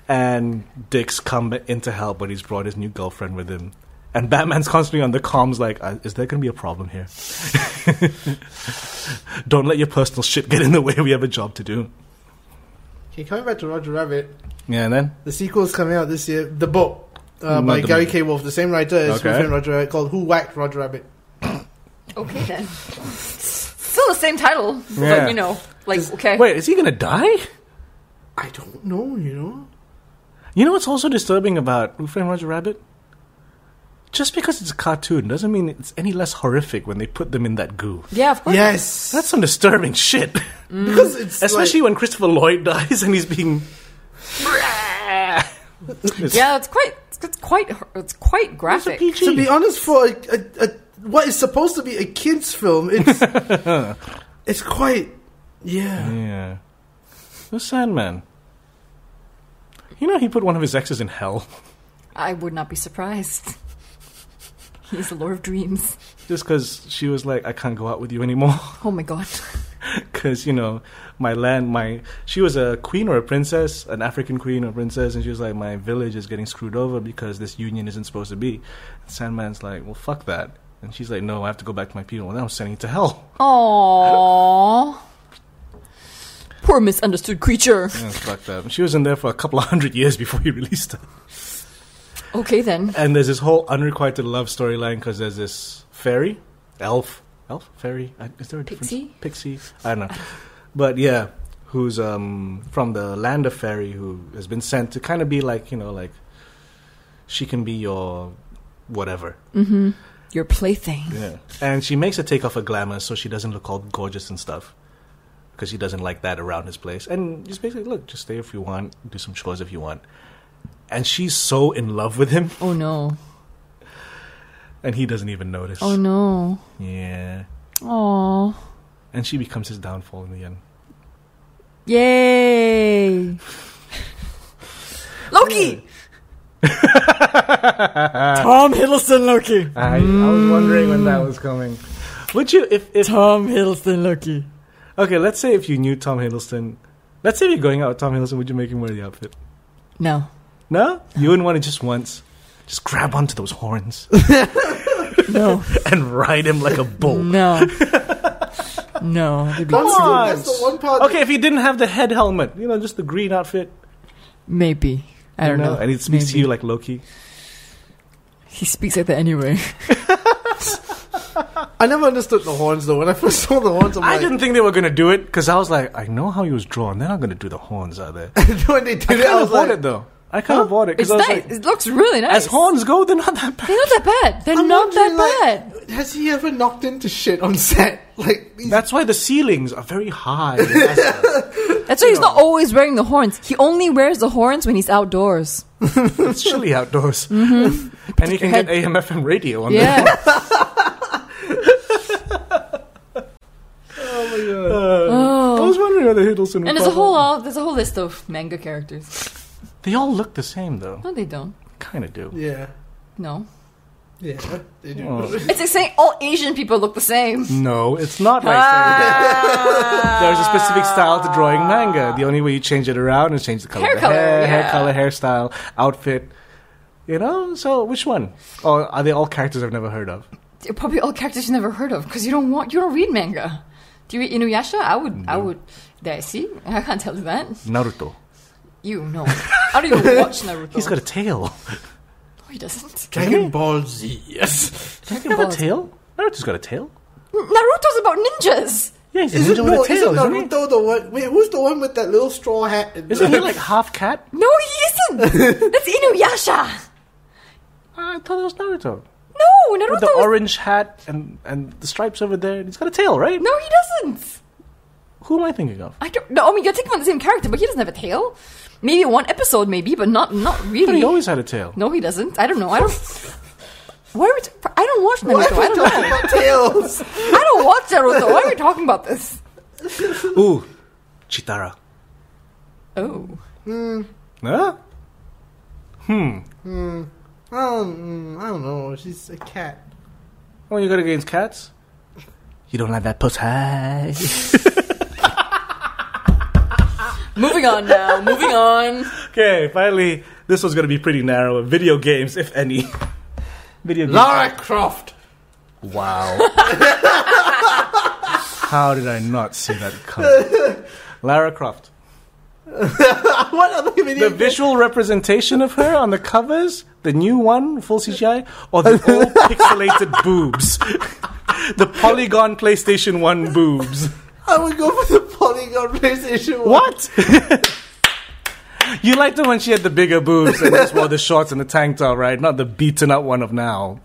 [SPEAKER 2] and dick's come in to help but he's brought his new girlfriend with him and batman's constantly on the comms like "Uh, is there going to be a problem here don't let your personal shit get in the way we have a job to do
[SPEAKER 3] Okay, coming back to Roger Rabbit,
[SPEAKER 2] yeah and then
[SPEAKER 3] the sequel is coming out this year. The book uh,
[SPEAKER 2] Not
[SPEAKER 3] by
[SPEAKER 2] the
[SPEAKER 3] Gary
[SPEAKER 2] movie.
[SPEAKER 3] K. Wolf, the same writer as
[SPEAKER 2] Okay.
[SPEAKER 3] okay. Roger Rabbit, called Who Whacked Roger Rabbit.
[SPEAKER 1] Okay then. Still the same title,
[SPEAKER 2] Yeah.
[SPEAKER 1] but you know, like okay.
[SPEAKER 2] wait is he going to die
[SPEAKER 3] I don't know, you know.
[SPEAKER 2] you know what's also disturbing about who framed roger rabbit just because it's a cartoon doesn't mean it's any less horrific when they put them in that goo
[SPEAKER 1] Yeah, of course.
[SPEAKER 3] Yes,
[SPEAKER 2] That's some disturbing shit.
[SPEAKER 3] because it's
[SPEAKER 2] Especially when Christopher Lloyd dies and he's being. It's-
[SPEAKER 1] Yeah, it's quite, it's quite, it's quite graphic.
[SPEAKER 3] Like, to be honest, for a, a, a, what is supposed to be a kids' film, it's it's quite yeah.
[SPEAKER 2] Yeah. The Sandman. You know, he put one of his exes in hell
[SPEAKER 1] I would not be surprised. He's the Lord of Dreams.
[SPEAKER 2] just because she was like, I can't go out with you anymore.
[SPEAKER 1] Oh my god.
[SPEAKER 2] Because, you know, my land, my. She was a queen or a princess, an African queen or princess, and she was like, my village is getting screwed over because this union isn't supposed to be. Sandman's like, well, fuck that. And she's like, no, I have to go back to my people. And I'm sending it to hell.
[SPEAKER 1] Aww. Poor misunderstood creature.
[SPEAKER 2] Yeah, fuck that. She was in there for a couple of hundred years before he released her.
[SPEAKER 1] Okay then.
[SPEAKER 2] And there's this whole unrequited love storyline because there's this fairy, elf, elf, fairy. I- Is there a difference?
[SPEAKER 1] Pixie?
[SPEAKER 2] Pixie. I don't know. But yeah, who's um from the land of fairy who has been sent to kind of be like you know like she can be your whatever.
[SPEAKER 1] Mm-hmm. Your plaything.
[SPEAKER 2] Yeah. And she makes her take off her glamour so she doesn't look all gorgeous and stuff. Because he doesn't like that around his place. And just basically, look, just stay if you want, do some chores if you want. And she's so in love with him,
[SPEAKER 1] Oh no.
[SPEAKER 2] and he doesn't even notice.
[SPEAKER 1] Oh no.
[SPEAKER 2] Yeah.
[SPEAKER 1] Aww.
[SPEAKER 2] And she becomes his downfall in the end.
[SPEAKER 1] Yay. Loki.
[SPEAKER 4] Tom Hiddleston Loki.
[SPEAKER 2] I, I was wondering when that was coming. Would you, if, if.
[SPEAKER 4] Tom Hiddleston Loki.
[SPEAKER 2] Okay, let's say if you knew Tom Hiddleston. Let's say if you're going out with Tom Hiddleston, would you make him wear the outfit?
[SPEAKER 1] No.
[SPEAKER 2] No? You wouldn't want it just once. Just grab onto those horns
[SPEAKER 1] No.
[SPEAKER 2] and ride him like a bull.
[SPEAKER 1] No. No. They'd be-
[SPEAKER 3] That's,
[SPEAKER 2] Come
[SPEAKER 3] the,
[SPEAKER 2] on.
[SPEAKER 3] that's the one part.
[SPEAKER 2] Okay, if he didn't have the head helmet, you know, just the green outfit.
[SPEAKER 1] Maybe. I don't
[SPEAKER 2] you
[SPEAKER 1] know.
[SPEAKER 2] And he speaks to
[SPEAKER 1] Maybe.
[SPEAKER 2] you like Loki.
[SPEAKER 1] He speaks like that anyway.
[SPEAKER 3] I never understood the horns though. When I first saw the horns, I'm
[SPEAKER 2] I
[SPEAKER 3] like,
[SPEAKER 2] didn't think they were going to do it because I was like, I know how he was drawn. They're not going to do the horns, are they? I
[SPEAKER 3] when they did
[SPEAKER 2] kind
[SPEAKER 3] it, I
[SPEAKER 2] of
[SPEAKER 3] was
[SPEAKER 2] bought
[SPEAKER 3] like,
[SPEAKER 2] it though. I kind of bought it
[SPEAKER 1] It's
[SPEAKER 2] because I was
[SPEAKER 1] nice.
[SPEAKER 2] like,
[SPEAKER 1] it looks really nice.
[SPEAKER 2] as horns go, they're not that bad.
[SPEAKER 1] They're not that bad. They're
[SPEAKER 3] I'm
[SPEAKER 1] not
[SPEAKER 3] wondering,
[SPEAKER 1] that
[SPEAKER 3] like,
[SPEAKER 1] bad.
[SPEAKER 3] Has he ever knocked into shit on set? Like, he's-
[SPEAKER 2] That's why the ceilings are very high. in Asgard.
[SPEAKER 1] That's why he's not always wearing the horns. He only wears the horns when he's outdoors.
[SPEAKER 2] it's chilly outdoors, and you can get AM/FM radio on there.
[SPEAKER 1] Mm-hmm. Yeah.
[SPEAKER 3] oh
[SPEAKER 2] I was wondering whether Hiddleston. would
[SPEAKER 1] Oh. and there's a
[SPEAKER 2] pop
[SPEAKER 1] whole
[SPEAKER 2] up.
[SPEAKER 1] uh, there's a whole list of manga characters.
[SPEAKER 2] They all look the same though.
[SPEAKER 1] No, they don't.
[SPEAKER 2] Kind of do.
[SPEAKER 3] yeah,
[SPEAKER 1] No.
[SPEAKER 3] yeah, they do.
[SPEAKER 2] Oh.
[SPEAKER 1] It's like saying all Asian people look the same.
[SPEAKER 2] No, it's not like that.
[SPEAKER 1] Ah.
[SPEAKER 2] There's a specific style to drawing manga. The only way you change it around is change the color,
[SPEAKER 1] Hair
[SPEAKER 2] of the
[SPEAKER 1] color,
[SPEAKER 2] hair, hair
[SPEAKER 1] yeah.
[SPEAKER 2] color, hairstyle, outfit. You know, so which one? Or are they all characters I've never heard of?
[SPEAKER 1] They're probably all characters you never heard of because you don't want you don't read manga. Do you read Inuyasha? I would I would there see I can't tell you that.
[SPEAKER 2] Naruto.
[SPEAKER 1] You no. I don't even watch Naruto.
[SPEAKER 2] He's got a tail.
[SPEAKER 1] no, he doesn't.
[SPEAKER 3] Dragon Ball Z. Yes,
[SPEAKER 2] Does he have a tail? Naruto's got a tail.
[SPEAKER 1] Naruto's about ninjas.
[SPEAKER 2] Yeah, he's a
[SPEAKER 3] is it
[SPEAKER 2] ninja
[SPEAKER 3] no?
[SPEAKER 2] with a tail,
[SPEAKER 3] isn't
[SPEAKER 2] isn't,
[SPEAKER 3] Naruto the one? Wait, who's the one with that little straw hat?
[SPEAKER 2] he? Isn't he like half cat?
[SPEAKER 1] No, he isn't. That's Inuyasha.
[SPEAKER 2] I thought it was Naruto.
[SPEAKER 1] No, Naruto.
[SPEAKER 2] With the
[SPEAKER 1] is-
[SPEAKER 2] orange hat and, and the stripes over there. He's got a tail, right?
[SPEAKER 1] no, he doesn't.
[SPEAKER 2] Who am I thinking of?
[SPEAKER 1] I don't. No, I mean you're thinking about the same character, but he doesn't have a tail. Maybe one episode, maybe, but not not
[SPEAKER 2] I thought
[SPEAKER 1] really.
[SPEAKER 2] he always had a tail.
[SPEAKER 1] no, he doesn't. I don't know. I don't. Why are we? T- I don't watch
[SPEAKER 3] Why
[SPEAKER 1] Naruto.
[SPEAKER 3] are
[SPEAKER 1] I
[SPEAKER 3] we
[SPEAKER 1] don't know.
[SPEAKER 3] talking about tails?
[SPEAKER 1] I don't watch Naruto. Why are we talking about this?
[SPEAKER 2] Ooh, Chitara.
[SPEAKER 1] Oh,
[SPEAKER 2] Huh?
[SPEAKER 3] I don't, mm, I don't know. She's a cat.
[SPEAKER 2] Oh, you got against cats? You don't like that pussy.
[SPEAKER 1] Moving on now. Moving on.
[SPEAKER 2] okay, finally, this was gonna be pretty narrow. Video games, if any. Video games.
[SPEAKER 3] Lara Croft.
[SPEAKER 2] Wow. How did I not see that coming? Lara Croft.
[SPEAKER 3] what other video?
[SPEAKER 2] The visual representation of her on the covers, the new one, full CGI, or the old pixelated boobs. the polygon PlayStation 1 boobs.
[SPEAKER 3] I would go for the polygon PlayStation. one.
[SPEAKER 2] What? you liked her when she had the bigger boobs and just wore the shorts and the tank top, right? Not the beaten up one of now.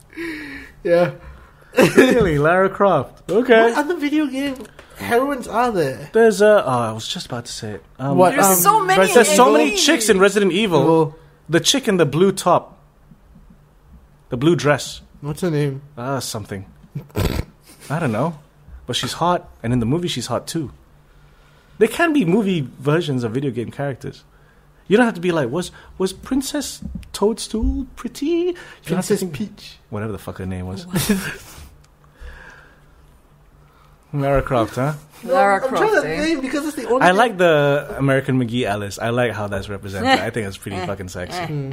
[SPEAKER 3] Yeah.
[SPEAKER 2] Really, Lara Croft. Okay.
[SPEAKER 3] What other video game heroines are there?
[SPEAKER 2] There's a. Oh, I was just about to say it. Um,
[SPEAKER 3] What?
[SPEAKER 1] There's
[SPEAKER 3] Um,
[SPEAKER 1] so many.
[SPEAKER 3] Resident
[SPEAKER 2] There's so
[SPEAKER 3] Evil?
[SPEAKER 2] many chicks in Resident Evil.
[SPEAKER 3] Evil.
[SPEAKER 2] The chick in the blue top, the blue dress.
[SPEAKER 3] What's her name?
[SPEAKER 2] Ah, something. I don't know, but she's hot, and in the movie she's hot too. There can be movie versions of video game characters. You don't have to be like, was was Princess Toadstool pretty? You don't have to
[SPEAKER 3] Princess
[SPEAKER 2] think-
[SPEAKER 3] Peach.
[SPEAKER 2] whatever the fuck her name was. Lara Croft, huh?
[SPEAKER 1] Lara
[SPEAKER 3] I'm trying
[SPEAKER 1] Croft.
[SPEAKER 3] to
[SPEAKER 1] eh?
[SPEAKER 3] name because it's the only.
[SPEAKER 2] I like the American McGee Alice. I like how that's represented. I think it's pretty fucking
[SPEAKER 1] Eh,
[SPEAKER 2] sexy.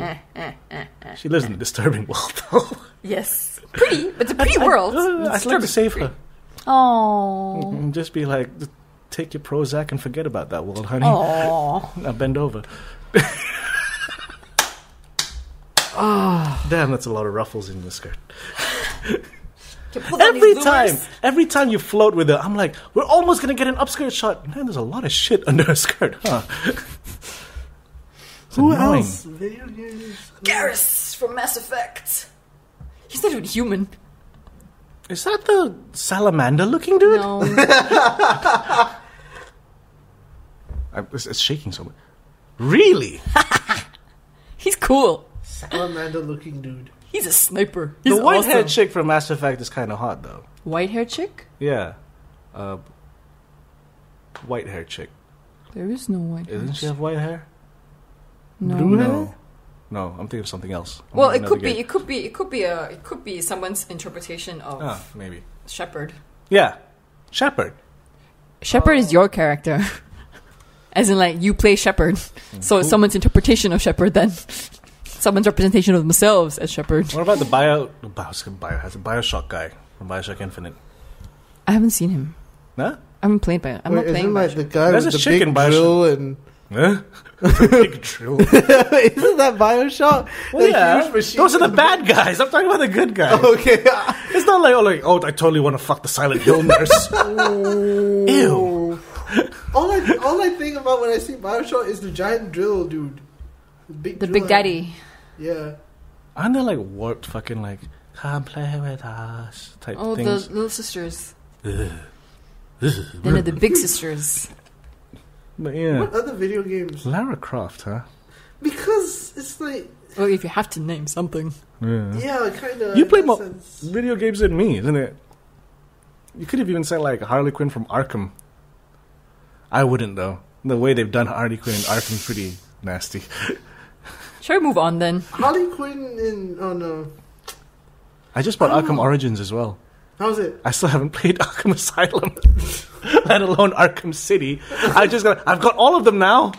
[SPEAKER 2] She lives in a disturbing world, though.
[SPEAKER 1] Yes. Pretty. It's a pretty world.
[SPEAKER 2] I, would like to save her.
[SPEAKER 5] Oh.
[SPEAKER 2] And Mm, just be like, "Just take your Prozac and forget about that world, honey.
[SPEAKER 1] Oh.
[SPEAKER 2] Now bend over.
[SPEAKER 1] Ah.
[SPEAKER 2] Damn, that's a lot of ruffles in your skirt. Every time, every time you float with her, I'm like, we're almost gonna get an upskirt shot. Man, there's a lot of shit under her skirt, huh? It's
[SPEAKER 3] Who
[SPEAKER 2] annoying.
[SPEAKER 3] else? Video games.
[SPEAKER 1] Garrus from Mass Effect. He's not even human.
[SPEAKER 2] Is that the salamander looking dude?
[SPEAKER 1] No.
[SPEAKER 2] I, it's, it's shaking so much. Really?
[SPEAKER 1] He's cool.
[SPEAKER 3] Salamander looking dude.
[SPEAKER 1] He's a sniper.
[SPEAKER 2] the
[SPEAKER 1] He's
[SPEAKER 2] white
[SPEAKER 1] awesome.
[SPEAKER 2] haired chick from Mass Effect is kind of hot, though.
[SPEAKER 1] White hair chick?
[SPEAKER 2] Yeah. Uh, white haired chick.
[SPEAKER 1] There is no white hair.
[SPEAKER 2] Doesn't she have white hair?
[SPEAKER 1] No.
[SPEAKER 2] No. No, I'm thinking of something else. I'm
[SPEAKER 1] Well, it
[SPEAKER 2] thinking
[SPEAKER 1] could
[SPEAKER 2] of
[SPEAKER 1] be.
[SPEAKER 2] the
[SPEAKER 1] It could be. It could be a. It could be someone's interpretation of
[SPEAKER 2] gay- Ah, maybe.
[SPEAKER 1] Shepherd.
[SPEAKER 2] Yeah. Shepherd.
[SPEAKER 1] Shepherd is your character, as in like you play Shepherd.
[SPEAKER 2] Hmm.
[SPEAKER 1] So it's someone's interpretation of Shepherd, then someone's representation of themselves as Shepherd.
[SPEAKER 2] What about the bio. the bio, bio has a Bioshock guy from Bioshock Infinite?
[SPEAKER 1] I haven't seen him.
[SPEAKER 2] Huh?
[SPEAKER 1] I haven't played by. I'm not
[SPEAKER 3] Wait,
[SPEAKER 1] playing.
[SPEAKER 3] isn't
[SPEAKER 1] by
[SPEAKER 3] like the guy
[SPEAKER 2] There's
[SPEAKER 3] with
[SPEAKER 2] a
[SPEAKER 3] the
[SPEAKER 2] chicken
[SPEAKER 3] big
[SPEAKER 2] by-
[SPEAKER 3] drill and
[SPEAKER 2] Huh? Big drill.
[SPEAKER 3] isn't that Bioshock?
[SPEAKER 2] Well,
[SPEAKER 3] That
[SPEAKER 2] Oh, yeah.
[SPEAKER 3] huge machine Oh.
[SPEAKER 2] Those are the
[SPEAKER 3] with
[SPEAKER 2] bad guys. I'm talking about the good guys.
[SPEAKER 3] Okay.
[SPEAKER 2] It's not like oh, like oh, I totally want to fuck the Silent Hill nurse. Ew.
[SPEAKER 3] all I all I think about when I see Bioshock is the giant drill dude. The big,
[SPEAKER 1] the
[SPEAKER 3] drill
[SPEAKER 1] Big Daddy.
[SPEAKER 3] Yeah.
[SPEAKER 2] Aren't they like warped fucking like come play with us type
[SPEAKER 1] Oh, the
[SPEAKER 2] things?
[SPEAKER 1] little sisters. Then the big sisters.
[SPEAKER 2] But yeah,
[SPEAKER 3] What other video games?
[SPEAKER 2] Lara Croft, huh?
[SPEAKER 3] Because it's like
[SPEAKER 1] Oh, if you have to name something.
[SPEAKER 2] Yeah.
[SPEAKER 3] yeah, kind of.
[SPEAKER 2] You play mo- Video games than me, isn't it? You could have even said like Harley Quinn from Arkham. I wouldn't though. The way they've done Harley Quinn in Arkham is pretty nasty.
[SPEAKER 1] Shall we move on then?
[SPEAKER 3] Harley Quinn in oh no,
[SPEAKER 2] I just bought
[SPEAKER 3] Oh.
[SPEAKER 2] Arkham Origins as well.
[SPEAKER 3] how's it?
[SPEAKER 2] I still haven't played Arkham Asylum, let alone Arkham City. I just got I've got all of them now.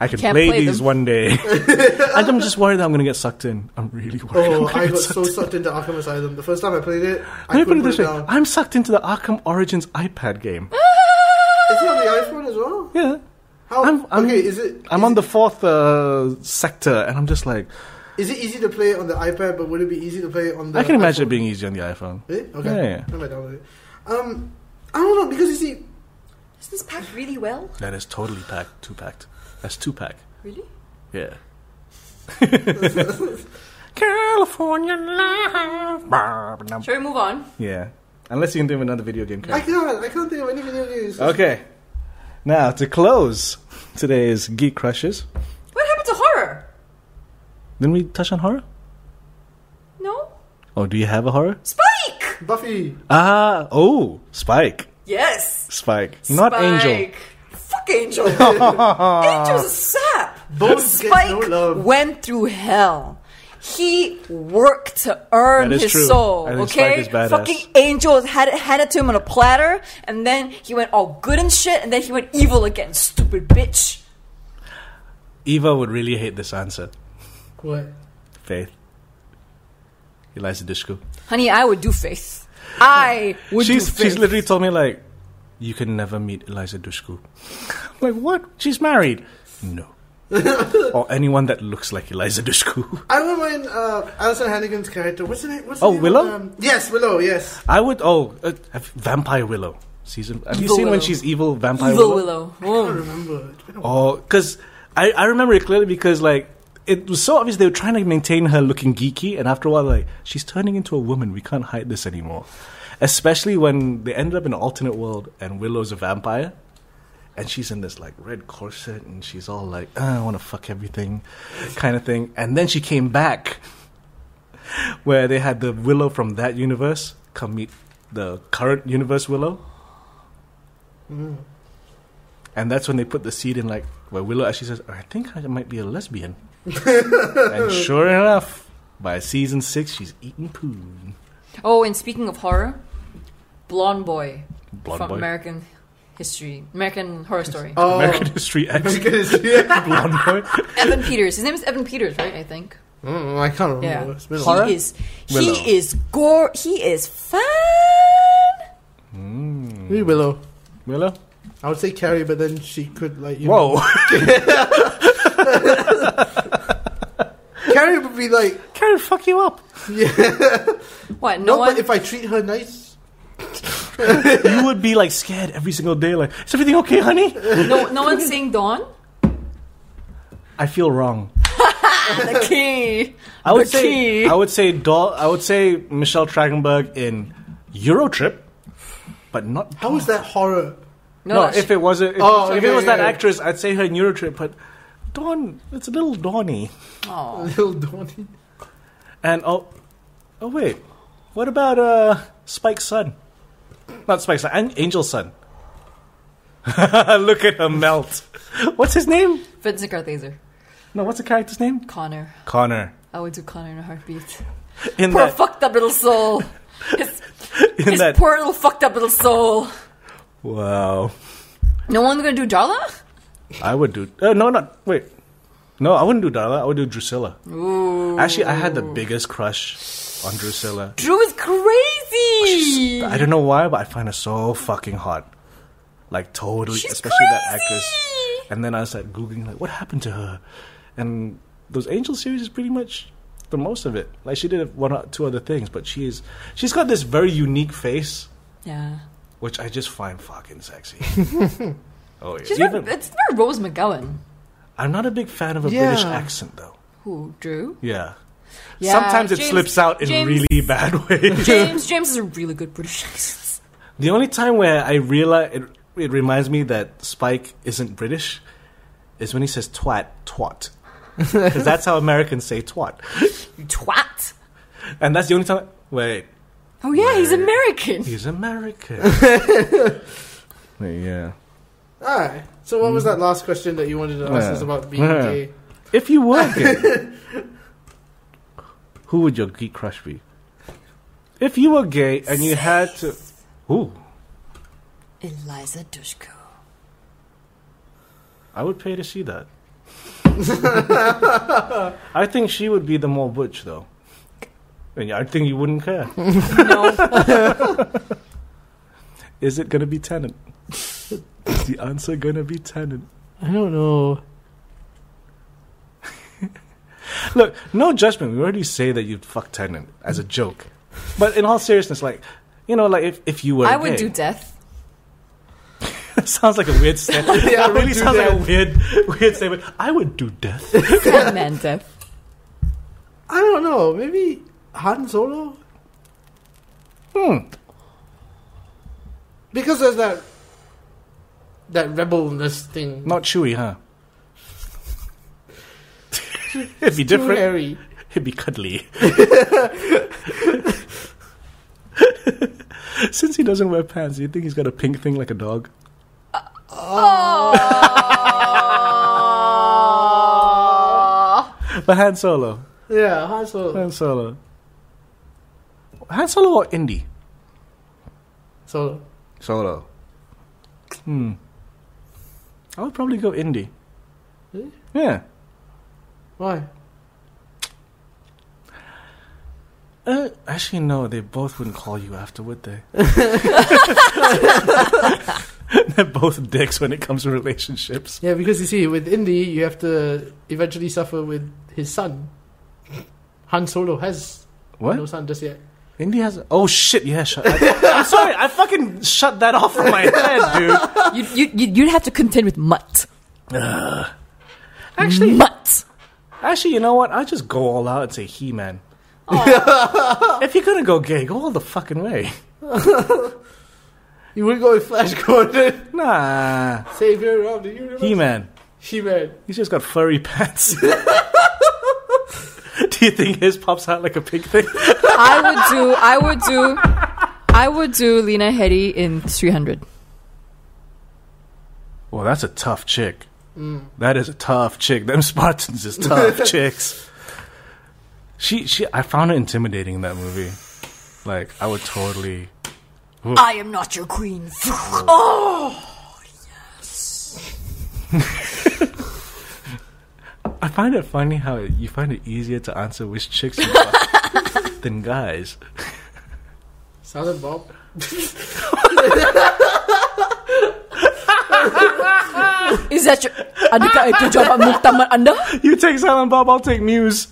[SPEAKER 2] I can
[SPEAKER 1] Can't
[SPEAKER 2] play,
[SPEAKER 1] play
[SPEAKER 2] these
[SPEAKER 1] them.
[SPEAKER 2] one day. and I'm just worried that I'm going to get sucked in. I'm really worried. I'm
[SPEAKER 3] Oh,
[SPEAKER 2] gonna
[SPEAKER 3] I
[SPEAKER 2] get
[SPEAKER 3] got
[SPEAKER 2] sucked
[SPEAKER 3] so sucked into Arkham Asylum the first time I played it.
[SPEAKER 2] Let
[SPEAKER 3] I
[SPEAKER 2] me put
[SPEAKER 3] couldn't
[SPEAKER 2] it this way:
[SPEAKER 3] down.
[SPEAKER 2] I'm sucked into the Arkham Origins iPad game.
[SPEAKER 3] Is it on the iPhone as well?
[SPEAKER 2] Yeah,
[SPEAKER 3] How?
[SPEAKER 2] I'm- I'm-
[SPEAKER 3] Oh, okay, is it?
[SPEAKER 2] I'm
[SPEAKER 3] is
[SPEAKER 2] on
[SPEAKER 3] it-
[SPEAKER 2] the fourth uh, sector, and I'm just like,
[SPEAKER 3] Is it easy to play on the iPad? But would it be easy to play on the?
[SPEAKER 2] I can imagine
[SPEAKER 3] iPhone?
[SPEAKER 2] it being easy on the iPhone.
[SPEAKER 3] Really? Okay.
[SPEAKER 2] Yeah, yeah.
[SPEAKER 3] I might download it. Um, I don't know because you see,
[SPEAKER 1] Is this packed really well?
[SPEAKER 2] That is totally packed, two packed. That's two pack.
[SPEAKER 1] Really?
[SPEAKER 2] Yeah. California love.
[SPEAKER 1] Shall we move on?
[SPEAKER 2] Yeah. Unless you can think of another video game.
[SPEAKER 3] I can't. I can't think of any video games.
[SPEAKER 2] Okay. Now to close today's geek crushes.
[SPEAKER 1] What happened to horror?
[SPEAKER 2] Didn't we touch on horror?
[SPEAKER 1] No?
[SPEAKER 2] Oh, do you have a horror?
[SPEAKER 1] Spike!
[SPEAKER 3] Buffy.
[SPEAKER 2] Ah, oh, Spike,
[SPEAKER 1] Yes!
[SPEAKER 2] Spike, not Angel.
[SPEAKER 1] Spike. Fuck Angel. Angel's a sap.
[SPEAKER 3] Bones gets
[SPEAKER 1] Spike
[SPEAKER 3] no love.
[SPEAKER 1] went through hell.
[SPEAKER 6] He worked to earn
[SPEAKER 2] That is
[SPEAKER 6] his
[SPEAKER 2] true.
[SPEAKER 6] soul.
[SPEAKER 2] And his
[SPEAKER 6] okay,
[SPEAKER 2] life is badass.
[SPEAKER 6] fucking angels had it handed to him on a platter, and then he went all good and shit, and then he went evil again. Stupid bitch.
[SPEAKER 2] Eva would really hate this answer.
[SPEAKER 3] What?
[SPEAKER 2] Faith. Eliza Dushku.
[SPEAKER 6] Honey, I would do faith. I would
[SPEAKER 2] She's
[SPEAKER 6] do faith.
[SPEAKER 2] she's literally told me like, you can never meet Eliza Dushku. I'm like what? She's married. No. or anyone that looks like Eliza Dushku.
[SPEAKER 3] I remember in uh, Alison Hannigan's character. What's her name? What's her
[SPEAKER 2] Oh,
[SPEAKER 3] name?
[SPEAKER 2] Willow?
[SPEAKER 3] Um, yes, Willow. Yes.
[SPEAKER 2] I would. Oh, uh, Vampire Willow season. Have you
[SPEAKER 1] Evil
[SPEAKER 2] seen when
[SPEAKER 1] Willow.
[SPEAKER 2] she's evil Vampire
[SPEAKER 1] Evil
[SPEAKER 2] Willow?
[SPEAKER 1] Willow.
[SPEAKER 3] I don't
[SPEAKER 6] Oh.
[SPEAKER 1] Whoa.
[SPEAKER 3] remember. It's been a while.
[SPEAKER 2] Oh, because I, I remember it clearly because like it was so obvious they were trying to maintain her looking geeky, and after a while, like she's turning into a woman. We can't hide this anymore. Especially when they ended up in an alternate world and Willow's a vampire, and she's in this like red corset, and she's all like, "Ah, "I want to fuck everything," kind of thing. And then she came back, where they had the Willow from that universe come meet the current universe Willow. And that's when they put the seed in, like, where Willow actually says, I think I might be a lesbian. and sure enough, by season six, she's eating poo.
[SPEAKER 1] Oh, and speaking of horror, Blonde Boy
[SPEAKER 2] Blonde
[SPEAKER 1] from
[SPEAKER 2] boy.
[SPEAKER 1] American History, American Horror Story.
[SPEAKER 3] Oh.
[SPEAKER 2] American History X.
[SPEAKER 3] Because- yeah.
[SPEAKER 2] Blonde boy.
[SPEAKER 1] Evan Peters. His name is Evan Peters, right? I think.
[SPEAKER 3] Mm, I can't remember.
[SPEAKER 1] Yeah.
[SPEAKER 3] It's been a
[SPEAKER 2] Horror?
[SPEAKER 3] while.
[SPEAKER 6] He is.
[SPEAKER 2] Willow.
[SPEAKER 6] He is gore. He is fun.
[SPEAKER 3] Maybe Willow.
[SPEAKER 2] Hmm. Willow?
[SPEAKER 3] I would say Carrie, but then she could like you
[SPEAKER 2] Whoa.
[SPEAKER 3] Know, Carrie would be like,
[SPEAKER 2] Karen, fuck you up.
[SPEAKER 1] What? No,
[SPEAKER 3] no,
[SPEAKER 1] one.
[SPEAKER 3] but if I treat her nice,
[SPEAKER 2] You would be, like, scared every single day, like, is everything okay, honey?
[SPEAKER 1] no, no one's saying Dawn.
[SPEAKER 2] I feel wrong.
[SPEAKER 1] The key.
[SPEAKER 2] I would
[SPEAKER 1] The
[SPEAKER 2] say,
[SPEAKER 1] key.
[SPEAKER 2] I would say, Doll, I would say Michelle Trachtenberg in Eurotrip, but not
[SPEAKER 3] how is that horror?
[SPEAKER 1] No,
[SPEAKER 2] No,
[SPEAKER 1] that's-
[SPEAKER 2] if it wasn't, if,
[SPEAKER 3] Oh,
[SPEAKER 2] if it
[SPEAKER 3] okay,
[SPEAKER 2] was
[SPEAKER 3] yeah,
[SPEAKER 2] that
[SPEAKER 3] yeah.
[SPEAKER 2] actress, I'd say her Neurotrip, but Dawn, it's a little Dawny.
[SPEAKER 1] Aw.
[SPEAKER 3] Little Donnie.
[SPEAKER 2] And oh, oh wait, what about uh Spike's son? Not Spike's son, An- Angel's son. Look at her melt. What's his name?
[SPEAKER 1] Vincent Carthaser.
[SPEAKER 2] No, what's the character's name?
[SPEAKER 1] Connor.
[SPEAKER 2] Connor.
[SPEAKER 1] I would do Connor in a heartbeat.
[SPEAKER 2] In
[SPEAKER 1] Poor
[SPEAKER 2] that,
[SPEAKER 1] fucked up little soul. His,
[SPEAKER 2] in
[SPEAKER 1] his
[SPEAKER 2] that.
[SPEAKER 1] poor little fucked up little soul.
[SPEAKER 2] wow,
[SPEAKER 1] No one's gonna do Darla?
[SPEAKER 2] I would do. Uh, no, not wait. No, I wouldn't do Darla. I would do Drusilla.
[SPEAKER 1] Ooh.
[SPEAKER 2] Actually, I had the biggest crush on Drusilla.
[SPEAKER 1] Drew is crazy.
[SPEAKER 2] Oh, I don't know why, but I find her so fucking hot. Like totally,
[SPEAKER 1] She's
[SPEAKER 2] especially that
[SPEAKER 1] crazy!
[SPEAKER 2] actress. And then I was like googling, like, what happened to her? And those Angel series is pretty much the most of it. Like she did one or two other things, but she is she's got this very unique face,
[SPEAKER 1] yeah.
[SPEAKER 2] which I just find fucking sexy. oh yeah,
[SPEAKER 1] She's
[SPEAKER 2] Even-
[SPEAKER 1] very, it's very Rose McGowan.
[SPEAKER 2] I'm not a big fan of a
[SPEAKER 3] Yeah.
[SPEAKER 2] British accent though.
[SPEAKER 1] Who? Drew?
[SPEAKER 2] Yeah.
[SPEAKER 1] Yeah,
[SPEAKER 2] Sometimes it
[SPEAKER 1] James-
[SPEAKER 2] slips out in
[SPEAKER 1] James-
[SPEAKER 2] really bad ways.
[SPEAKER 1] James. James is a really good British accent.
[SPEAKER 2] The only time where I realize it, it reminds me that Spike isn't British is when he says twat, twat. Because that's how Americans say twat.
[SPEAKER 1] You twat.
[SPEAKER 2] And that's the only time. Wait,
[SPEAKER 1] Oh yeah, he's American.
[SPEAKER 2] he's American. yeah.
[SPEAKER 3] Alright. So what was that last question that you wanted to ask
[SPEAKER 2] Yeah.
[SPEAKER 3] us about being
[SPEAKER 2] Yeah.
[SPEAKER 3] gay?
[SPEAKER 2] If you were gay, who would your geek crush be? If you were gay and you had to. Ooh,
[SPEAKER 6] Eliza Dushku.
[SPEAKER 2] I would pay to see that. I think she would be the more butch, though. And I think you wouldn't care.
[SPEAKER 1] no.
[SPEAKER 2] Is it gonna be Tenant? Is the answer gonna be Tenant?
[SPEAKER 3] I don't know.
[SPEAKER 2] Look, no judgment. We already say that you'd fuck Tenant as a joke, but in all seriousness, like you know, like if, if you were,
[SPEAKER 1] I would
[SPEAKER 2] gay-
[SPEAKER 1] do death.
[SPEAKER 2] sounds like a weird statement.
[SPEAKER 3] Yeah, I
[SPEAKER 2] that
[SPEAKER 3] would
[SPEAKER 2] really
[SPEAKER 3] do
[SPEAKER 2] sounds like a
[SPEAKER 3] death.
[SPEAKER 2] weird, weird statement. I would do death.
[SPEAKER 1] Sandman death.
[SPEAKER 3] I don't know. Maybe Han Solo?
[SPEAKER 2] Hmm.
[SPEAKER 3] Because there's that that rebelness thing.
[SPEAKER 2] Not Chewy, huh? It'd be
[SPEAKER 3] Too
[SPEAKER 2] different.
[SPEAKER 3] hairy.
[SPEAKER 2] It'd be cuddly. Since he doesn't wear pants, do you think he's got a pink thing like a dog?
[SPEAKER 1] Oh.
[SPEAKER 2] But Han Solo.
[SPEAKER 3] Yeah, Han Solo.
[SPEAKER 2] Han Solo. Han Solo or Indy?
[SPEAKER 3] Solo.
[SPEAKER 2] Solo. Hmm. I would probably go Indy.
[SPEAKER 3] Really?
[SPEAKER 2] Yeah.
[SPEAKER 3] Why?
[SPEAKER 2] Uh, actually, no. They both wouldn't call you after, would they? They're both dicks when it comes to relationships.
[SPEAKER 3] Yeah, because you see, with Indy, you have to eventually suffer with his son. Han Solo has no
[SPEAKER 2] What?
[SPEAKER 3] son just yet.
[SPEAKER 2] Indy has. Oh shit! Yeah, shut. I, am sorry. I fucking shut that off from my head, dude.
[SPEAKER 1] You'd, you'd, you'd you'd have to contend with Mutt.
[SPEAKER 2] Actually,
[SPEAKER 1] Mutt!
[SPEAKER 2] actually, you know what? I just go all out and say He-Man. if you're gonna go gay, go all the fucking way.
[SPEAKER 3] You would go with Flash Gordon,
[SPEAKER 2] Nah,
[SPEAKER 3] savior of the universe.
[SPEAKER 2] He-Man.
[SPEAKER 3] He-Man.
[SPEAKER 2] He's just got furry pants. Do you think his pops out like a pig thing?
[SPEAKER 1] I would do, I would do, I would do Lena Headey in 300.
[SPEAKER 2] Well, that's a tough chick. That is a tough chick. Them Spartans is tough chicks. She, she. I found her intimidating in that movie. Like, I would totally.
[SPEAKER 6] I am not your queen. Oh!
[SPEAKER 2] I find it funny how you find it easier to answer which chicks you fuck than guys.
[SPEAKER 3] Southern Bob.
[SPEAKER 1] Is that your... eh, Adakah itu jawapan muktamar anda?
[SPEAKER 2] You take Silent Bob, I'll take Muse.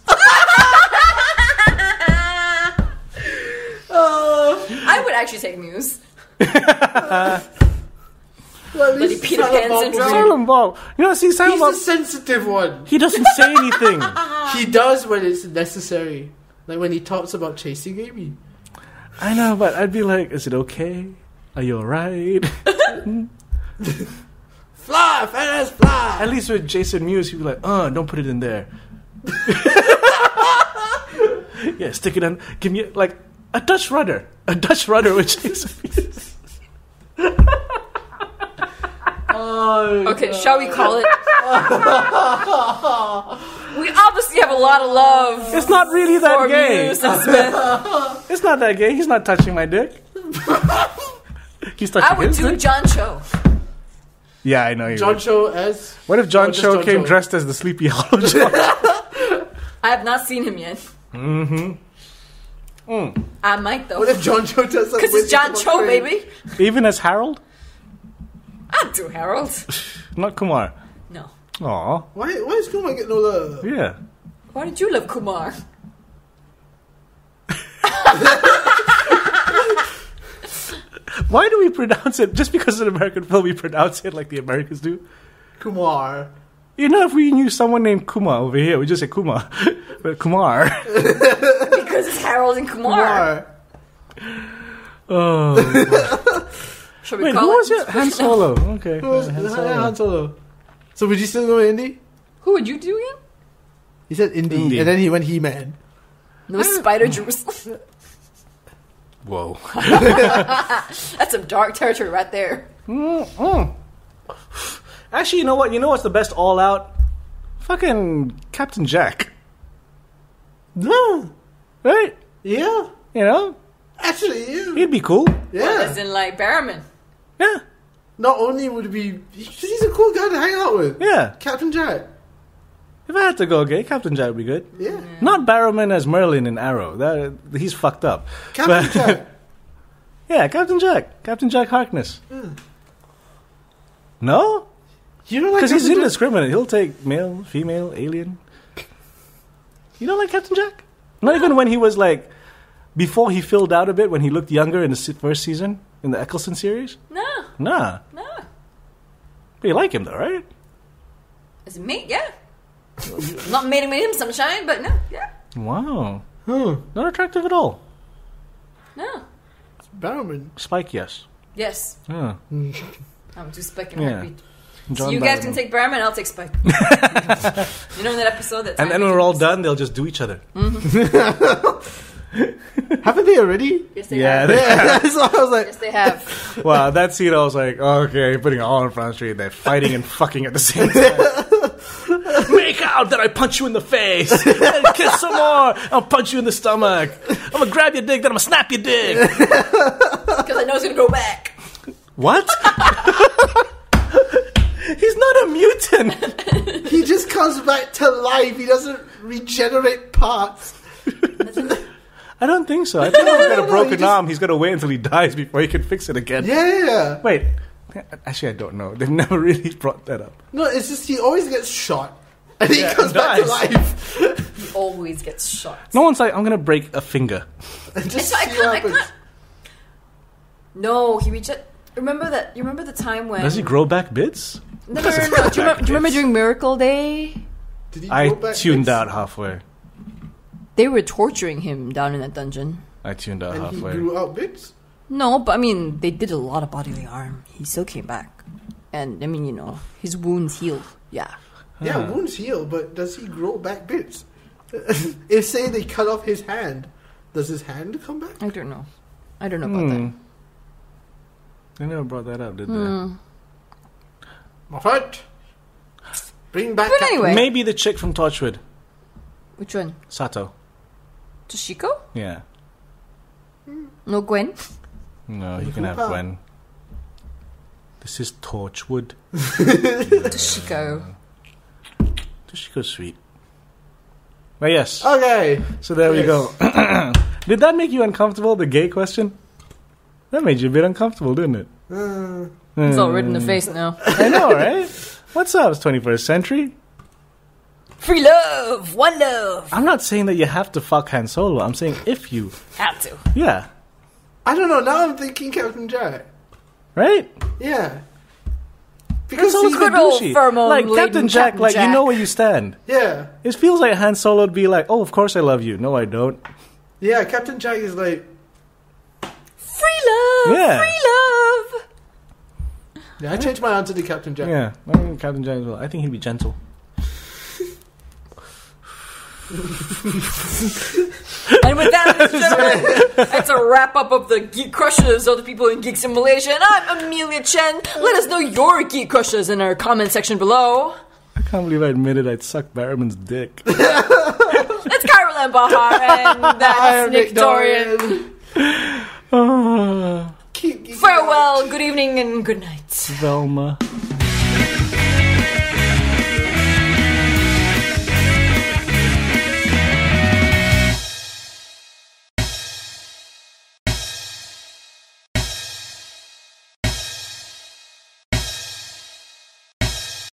[SPEAKER 6] I would actually take Muse.
[SPEAKER 3] Well, at least
[SPEAKER 6] Peter
[SPEAKER 3] Silent
[SPEAKER 6] Pan
[SPEAKER 3] Bob
[SPEAKER 6] syndrome.
[SPEAKER 3] was-
[SPEAKER 2] Silent Bob. You know, see, Silent
[SPEAKER 3] He's the
[SPEAKER 2] Bob.
[SPEAKER 3] sensitive one.
[SPEAKER 2] He doesn't say anything.
[SPEAKER 3] He does when it's necessary. Like when he talks about chasing Amy.
[SPEAKER 2] I know, but I'd be like, is it okay? Are you alright?
[SPEAKER 3] Fly, fat ass fly.
[SPEAKER 2] At least with Jason Mewes, he'd be like, uh, don't put it in there. yeah, stick it on. Give me, like, a Dutch rudder. A Dutch rudder with Jason Mewes.
[SPEAKER 6] Okay, shall we call it? we obviously have a lot of love
[SPEAKER 2] It's not really that
[SPEAKER 6] for
[SPEAKER 2] gay.
[SPEAKER 6] Muse and Smith.
[SPEAKER 2] It's not that gay. He's not touching my dick. He's touching
[SPEAKER 6] I would
[SPEAKER 2] his
[SPEAKER 6] do
[SPEAKER 2] dick.
[SPEAKER 6] John Cho.
[SPEAKER 2] yeah, I know you
[SPEAKER 3] John
[SPEAKER 2] would.
[SPEAKER 3] Cho as
[SPEAKER 2] What if John
[SPEAKER 3] Oh, just
[SPEAKER 2] Cho
[SPEAKER 3] John
[SPEAKER 2] came
[SPEAKER 3] Cho.
[SPEAKER 2] dressed as the Sleepy Hollow John?
[SPEAKER 6] I have not seen him yet. Mm-hmm. I might though.
[SPEAKER 3] what if John Cho does
[SPEAKER 6] Because it's John Cho, baby.
[SPEAKER 2] Even as Harold?
[SPEAKER 6] I'd do Harold.
[SPEAKER 2] Not Kumar.
[SPEAKER 6] No.
[SPEAKER 2] Aw,
[SPEAKER 3] Why why is Kumar get no love?
[SPEAKER 2] yeah.
[SPEAKER 6] Why did you love Kumar?
[SPEAKER 2] Why do we pronounce it just because it's an American film? We pronounce it like the Americans do.
[SPEAKER 3] Kumar.
[SPEAKER 2] You know, if we knew someone named Kumar over here, we just say Kumar, but Kumar.
[SPEAKER 6] Because it's Harold and Kumar.
[SPEAKER 3] Kumar.
[SPEAKER 2] Oh,
[SPEAKER 6] Shall we
[SPEAKER 2] wait,
[SPEAKER 6] call
[SPEAKER 2] who
[SPEAKER 6] it?
[SPEAKER 2] was it? Han Solo. Okay,
[SPEAKER 3] Who was-
[SPEAKER 2] yeah, Han Solo.
[SPEAKER 3] Han Solo. So would you still go Indy?
[SPEAKER 6] Who would you do again?
[SPEAKER 3] He said Indy,
[SPEAKER 2] Indy.
[SPEAKER 3] and then he went He Man.
[SPEAKER 6] No spider Jerusalem.
[SPEAKER 2] Whoa.
[SPEAKER 6] That's some dark territory right there.
[SPEAKER 2] Mm. Actually, you know what? You know what's the best all out? Fucking Captain Jack,
[SPEAKER 3] No.
[SPEAKER 2] right?
[SPEAKER 3] Yeah.
[SPEAKER 2] You know,
[SPEAKER 3] Actually, yeah.
[SPEAKER 2] he'd be cool.
[SPEAKER 6] As
[SPEAKER 3] yeah.
[SPEAKER 6] in like Barrowman.
[SPEAKER 2] Yeah,
[SPEAKER 3] Not only would it be, he's a cool guy to hang out with.
[SPEAKER 2] yeah.
[SPEAKER 3] Captain Jack.
[SPEAKER 2] If I had to go gay, Captain Jack would be good.
[SPEAKER 3] Yeah.
[SPEAKER 6] Mm-hmm.
[SPEAKER 2] Not Barrowman as Merlin in Arrow. That he's fucked up.
[SPEAKER 3] Captain
[SPEAKER 2] But-
[SPEAKER 3] Jack.
[SPEAKER 2] Yeah, Captain Jack. Captain Jack Harkness. No?
[SPEAKER 3] You don't like
[SPEAKER 2] Because he's
[SPEAKER 3] Captain Jack?
[SPEAKER 2] indiscriminate. He'll take male, female, alien. You don't like Captain Jack? Not even when he was like, before he filled out a bit, when he looked younger in the se- first season, in the Eccleston series?
[SPEAKER 6] No,
[SPEAKER 2] Nah.
[SPEAKER 6] no.
[SPEAKER 2] But you like him though, right?
[SPEAKER 6] It's me, yeah. Not made him him sunshine, but no, yeah.
[SPEAKER 2] Wow.
[SPEAKER 3] Huh.
[SPEAKER 2] Not attractive at all.
[SPEAKER 6] No.
[SPEAKER 3] Barrowman.
[SPEAKER 2] Spike, yes.
[SPEAKER 6] Yes.
[SPEAKER 2] Yeah.
[SPEAKER 6] I'm too Spike and
[SPEAKER 2] Yeah.
[SPEAKER 6] Heartbeat.
[SPEAKER 2] John
[SPEAKER 6] so you guys
[SPEAKER 2] Barrowman.
[SPEAKER 6] can take Barrowman, I'll take Spike. you know in that episode that
[SPEAKER 2] And
[SPEAKER 6] time
[SPEAKER 2] then
[SPEAKER 6] we
[SPEAKER 2] when we're
[SPEAKER 6] did-
[SPEAKER 2] all done, they'll just do each other.
[SPEAKER 3] Haven't they already?
[SPEAKER 6] Yes, they
[SPEAKER 2] Yeah.
[SPEAKER 6] have.
[SPEAKER 2] they-
[SPEAKER 3] Yeah. so I was like,
[SPEAKER 6] Yes, they have.
[SPEAKER 2] Wow, that scene, I was like, okay, putting it all in front of the street, they're fighting and fucking at the same time. Make out, then I punch you in the face. and kiss some more. I'll punch you in the stomach. I'm gonna grab your dick, then I'm gonna snap your dick.
[SPEAKER 6] Because I know it's gonna go back.
[SPEAKER 2] What? He's not a mutant.
[SPEAKER 3] He just comes back to life. He doesn't regenerate parts.
[SPEAKER 2] I don't think so. I think he's got
[SPEAKER 3] no,
[SPEAKER 2] a
[SPEAKER 3] no,
[SPEAKER 2] broken
[SPEAKER 3] he just-
[SPEAKER 2] arm. He's gonna wait until he dies before he can fix it again.
[SPEAKER 3] Yeah.
[SPEAKER 2] Wait, actually, I don't know. They've never really brought that up.
[SPEAKER 3] No, it's just he always gets shot. And he
[SPEAKER 2] Yeah,
[SPEAKER 3] comes back to
[SPEAKER 2] nice.
[SPEAKER 3] life.
[SPEAKER 6] He always gets shot.
[SPEAKER 2] No one's like, I'm gonna break a finger.
[SPEAKER 3] And
[SPEAKER 6] It's
[SPEAKER 3] just
[SPEAKER 6] not- I
[SPEAKER 3] see
[SPEAKER 6] can't-
[SPEAKER 3] what
[SPEAKER 6] I
[SPEAKER 3] happens.
[SPEAKER 6] can't- No, he reached. Remember that? You remember the time when?
[SPEAKER 2] Does he grow back bits?
[SPEAKER 6] No, no, no, no, no.
[SPEAKER 1] Do you, remember, do you remember during Miracle Day?
[SPEAKER 3] Did he
[SPEAKER 2] I
[SPEAKER 3] go back
[SPEAKER 2] tuned
[SPEAKER 3] next-
[SPEAKER 2] out halfway.
[SPEAKER 1] They were torturing him down in that dungeon.
[SPEAKER 2] I tuned out
[SPEAKER 3] And he
[SPEAKER 2] halfway.
[SPEAKER 3] grew out bits?
[SPEAKER 1] No, but I mean, they did a lot of bodily harm. He still came back. And I mean, you know, his wounds healed. Yeah.
[SPEAKER 3] Yeah, wounds heal, but does he grow back bits? if, say, they cut off his hand, does his hand come back?
[SPEAKER 1] I don't know. I don't know about
[SPEAKER 2] Hmm. They never brought that up, did they?
[SPEAKER 3] Moffat! Bring back.
[SPEAKER 1] But
[SPEAKER 3] Captain-
[SPEAKER 1] anyway,
[SPEAKER 2] Maybe the chick from Torchwood,
[SPEAKER 1] that. Which one?
[SPEAKER 2] Sato.
[SPEAKER 1] Toshiko?
[SPEAKER 2] Yeah.
[SPEAKER 1] No, Gwen?
[SPEAKER 2] No, you can have
[SPEAKER 3] Wow.
[SPEAKER 2] Gwen. This is Torchwood.
[SPEAKER 1] Toshiko.
[SPEAKER 2] Toshiko sweet. But yes.
[SPEAKER 3] Oh, Okay.
[SPEAKER 2] So there we go. Did that make you uncomfortable, the gay question? That made you a bit uncomfortable, didn't it?
[SPEAKER 3] Uh,
[SPEAKER 2] Hmm.
[SPEAKER 1] It's all red in the face now.
[SPEAKER 2] I know, right? What's up? It's 21st century.
[SPEAKER 6] Free love, one love.
[SPEAKER 2] I'm not saying that you have to fuck Han Solo. I'm saying if you.
[SPEAKER 6] Have to.
[SPEAKER 2] Yeah.
[SPEAKER 3] I don't know. Now I'm thinking Captain Jack.
[SPEAKER 2] Right?
[SPEAKER 3] Yeah.
[SPEAKER 2] Han
[SPEAKER 3] Because
[SPEAKER 2] Solo's
[SPEAKER 3] he-
[SPEAKER 2] good
[SPEAKER 6] old
[SPEAKER 2] douchey.
[SPEAKER 6] pheromone
[SPEAKER 2] Like,
[SPEAKER 6] laden
[SPEAKER 2] Captain Jack,
[SPEAKER 6] Captain
[SPEAKER 2] like, you know
[SPEAKER 6] Jack.
[SPEAKER 2] where you stand.
[SPEAKER 3] Yeah.
[SPEAKER 2] It feels like Han Solo would be like, oh, of course I love you. No, I don't.
[SPEAKER 3] Yeah, Captain Jack is like,
[SPEAKER 6] Free love,
[SPEAKER 2] Yeah.
[SPEAKER 6] free love.
[SPEAKER 3] yeah, I changed my answer to Captain Jack.
[SPEAKER 2] Yeah. I think Captain Jack as well. I think he'd be gentle.
[SPEAKER 6] And with that, ladies and gentlemen, that's a wrap up of the Geek Crushers of the people in Geeks in Malaysia. And I'm Amelia Chen. Let us know your Geek Crushers in our comment section below.
[SPEAKER 2] I can't believe I admitted I'd suck Barrowman's dick.
[SPEAKER 6] It's Kyra and Bahar, and that's
[SPEAKER 3] I'm
[SPEAKER 6] Nick Dorian.
[SPEAKER 3] Dorian.
[SPEAKER 2] Ah,
[SPEAKER 3] Keep- keep-
[SPEAKER 6] Farewell, good evening, and good night.
[SPEAKER 2] Velma.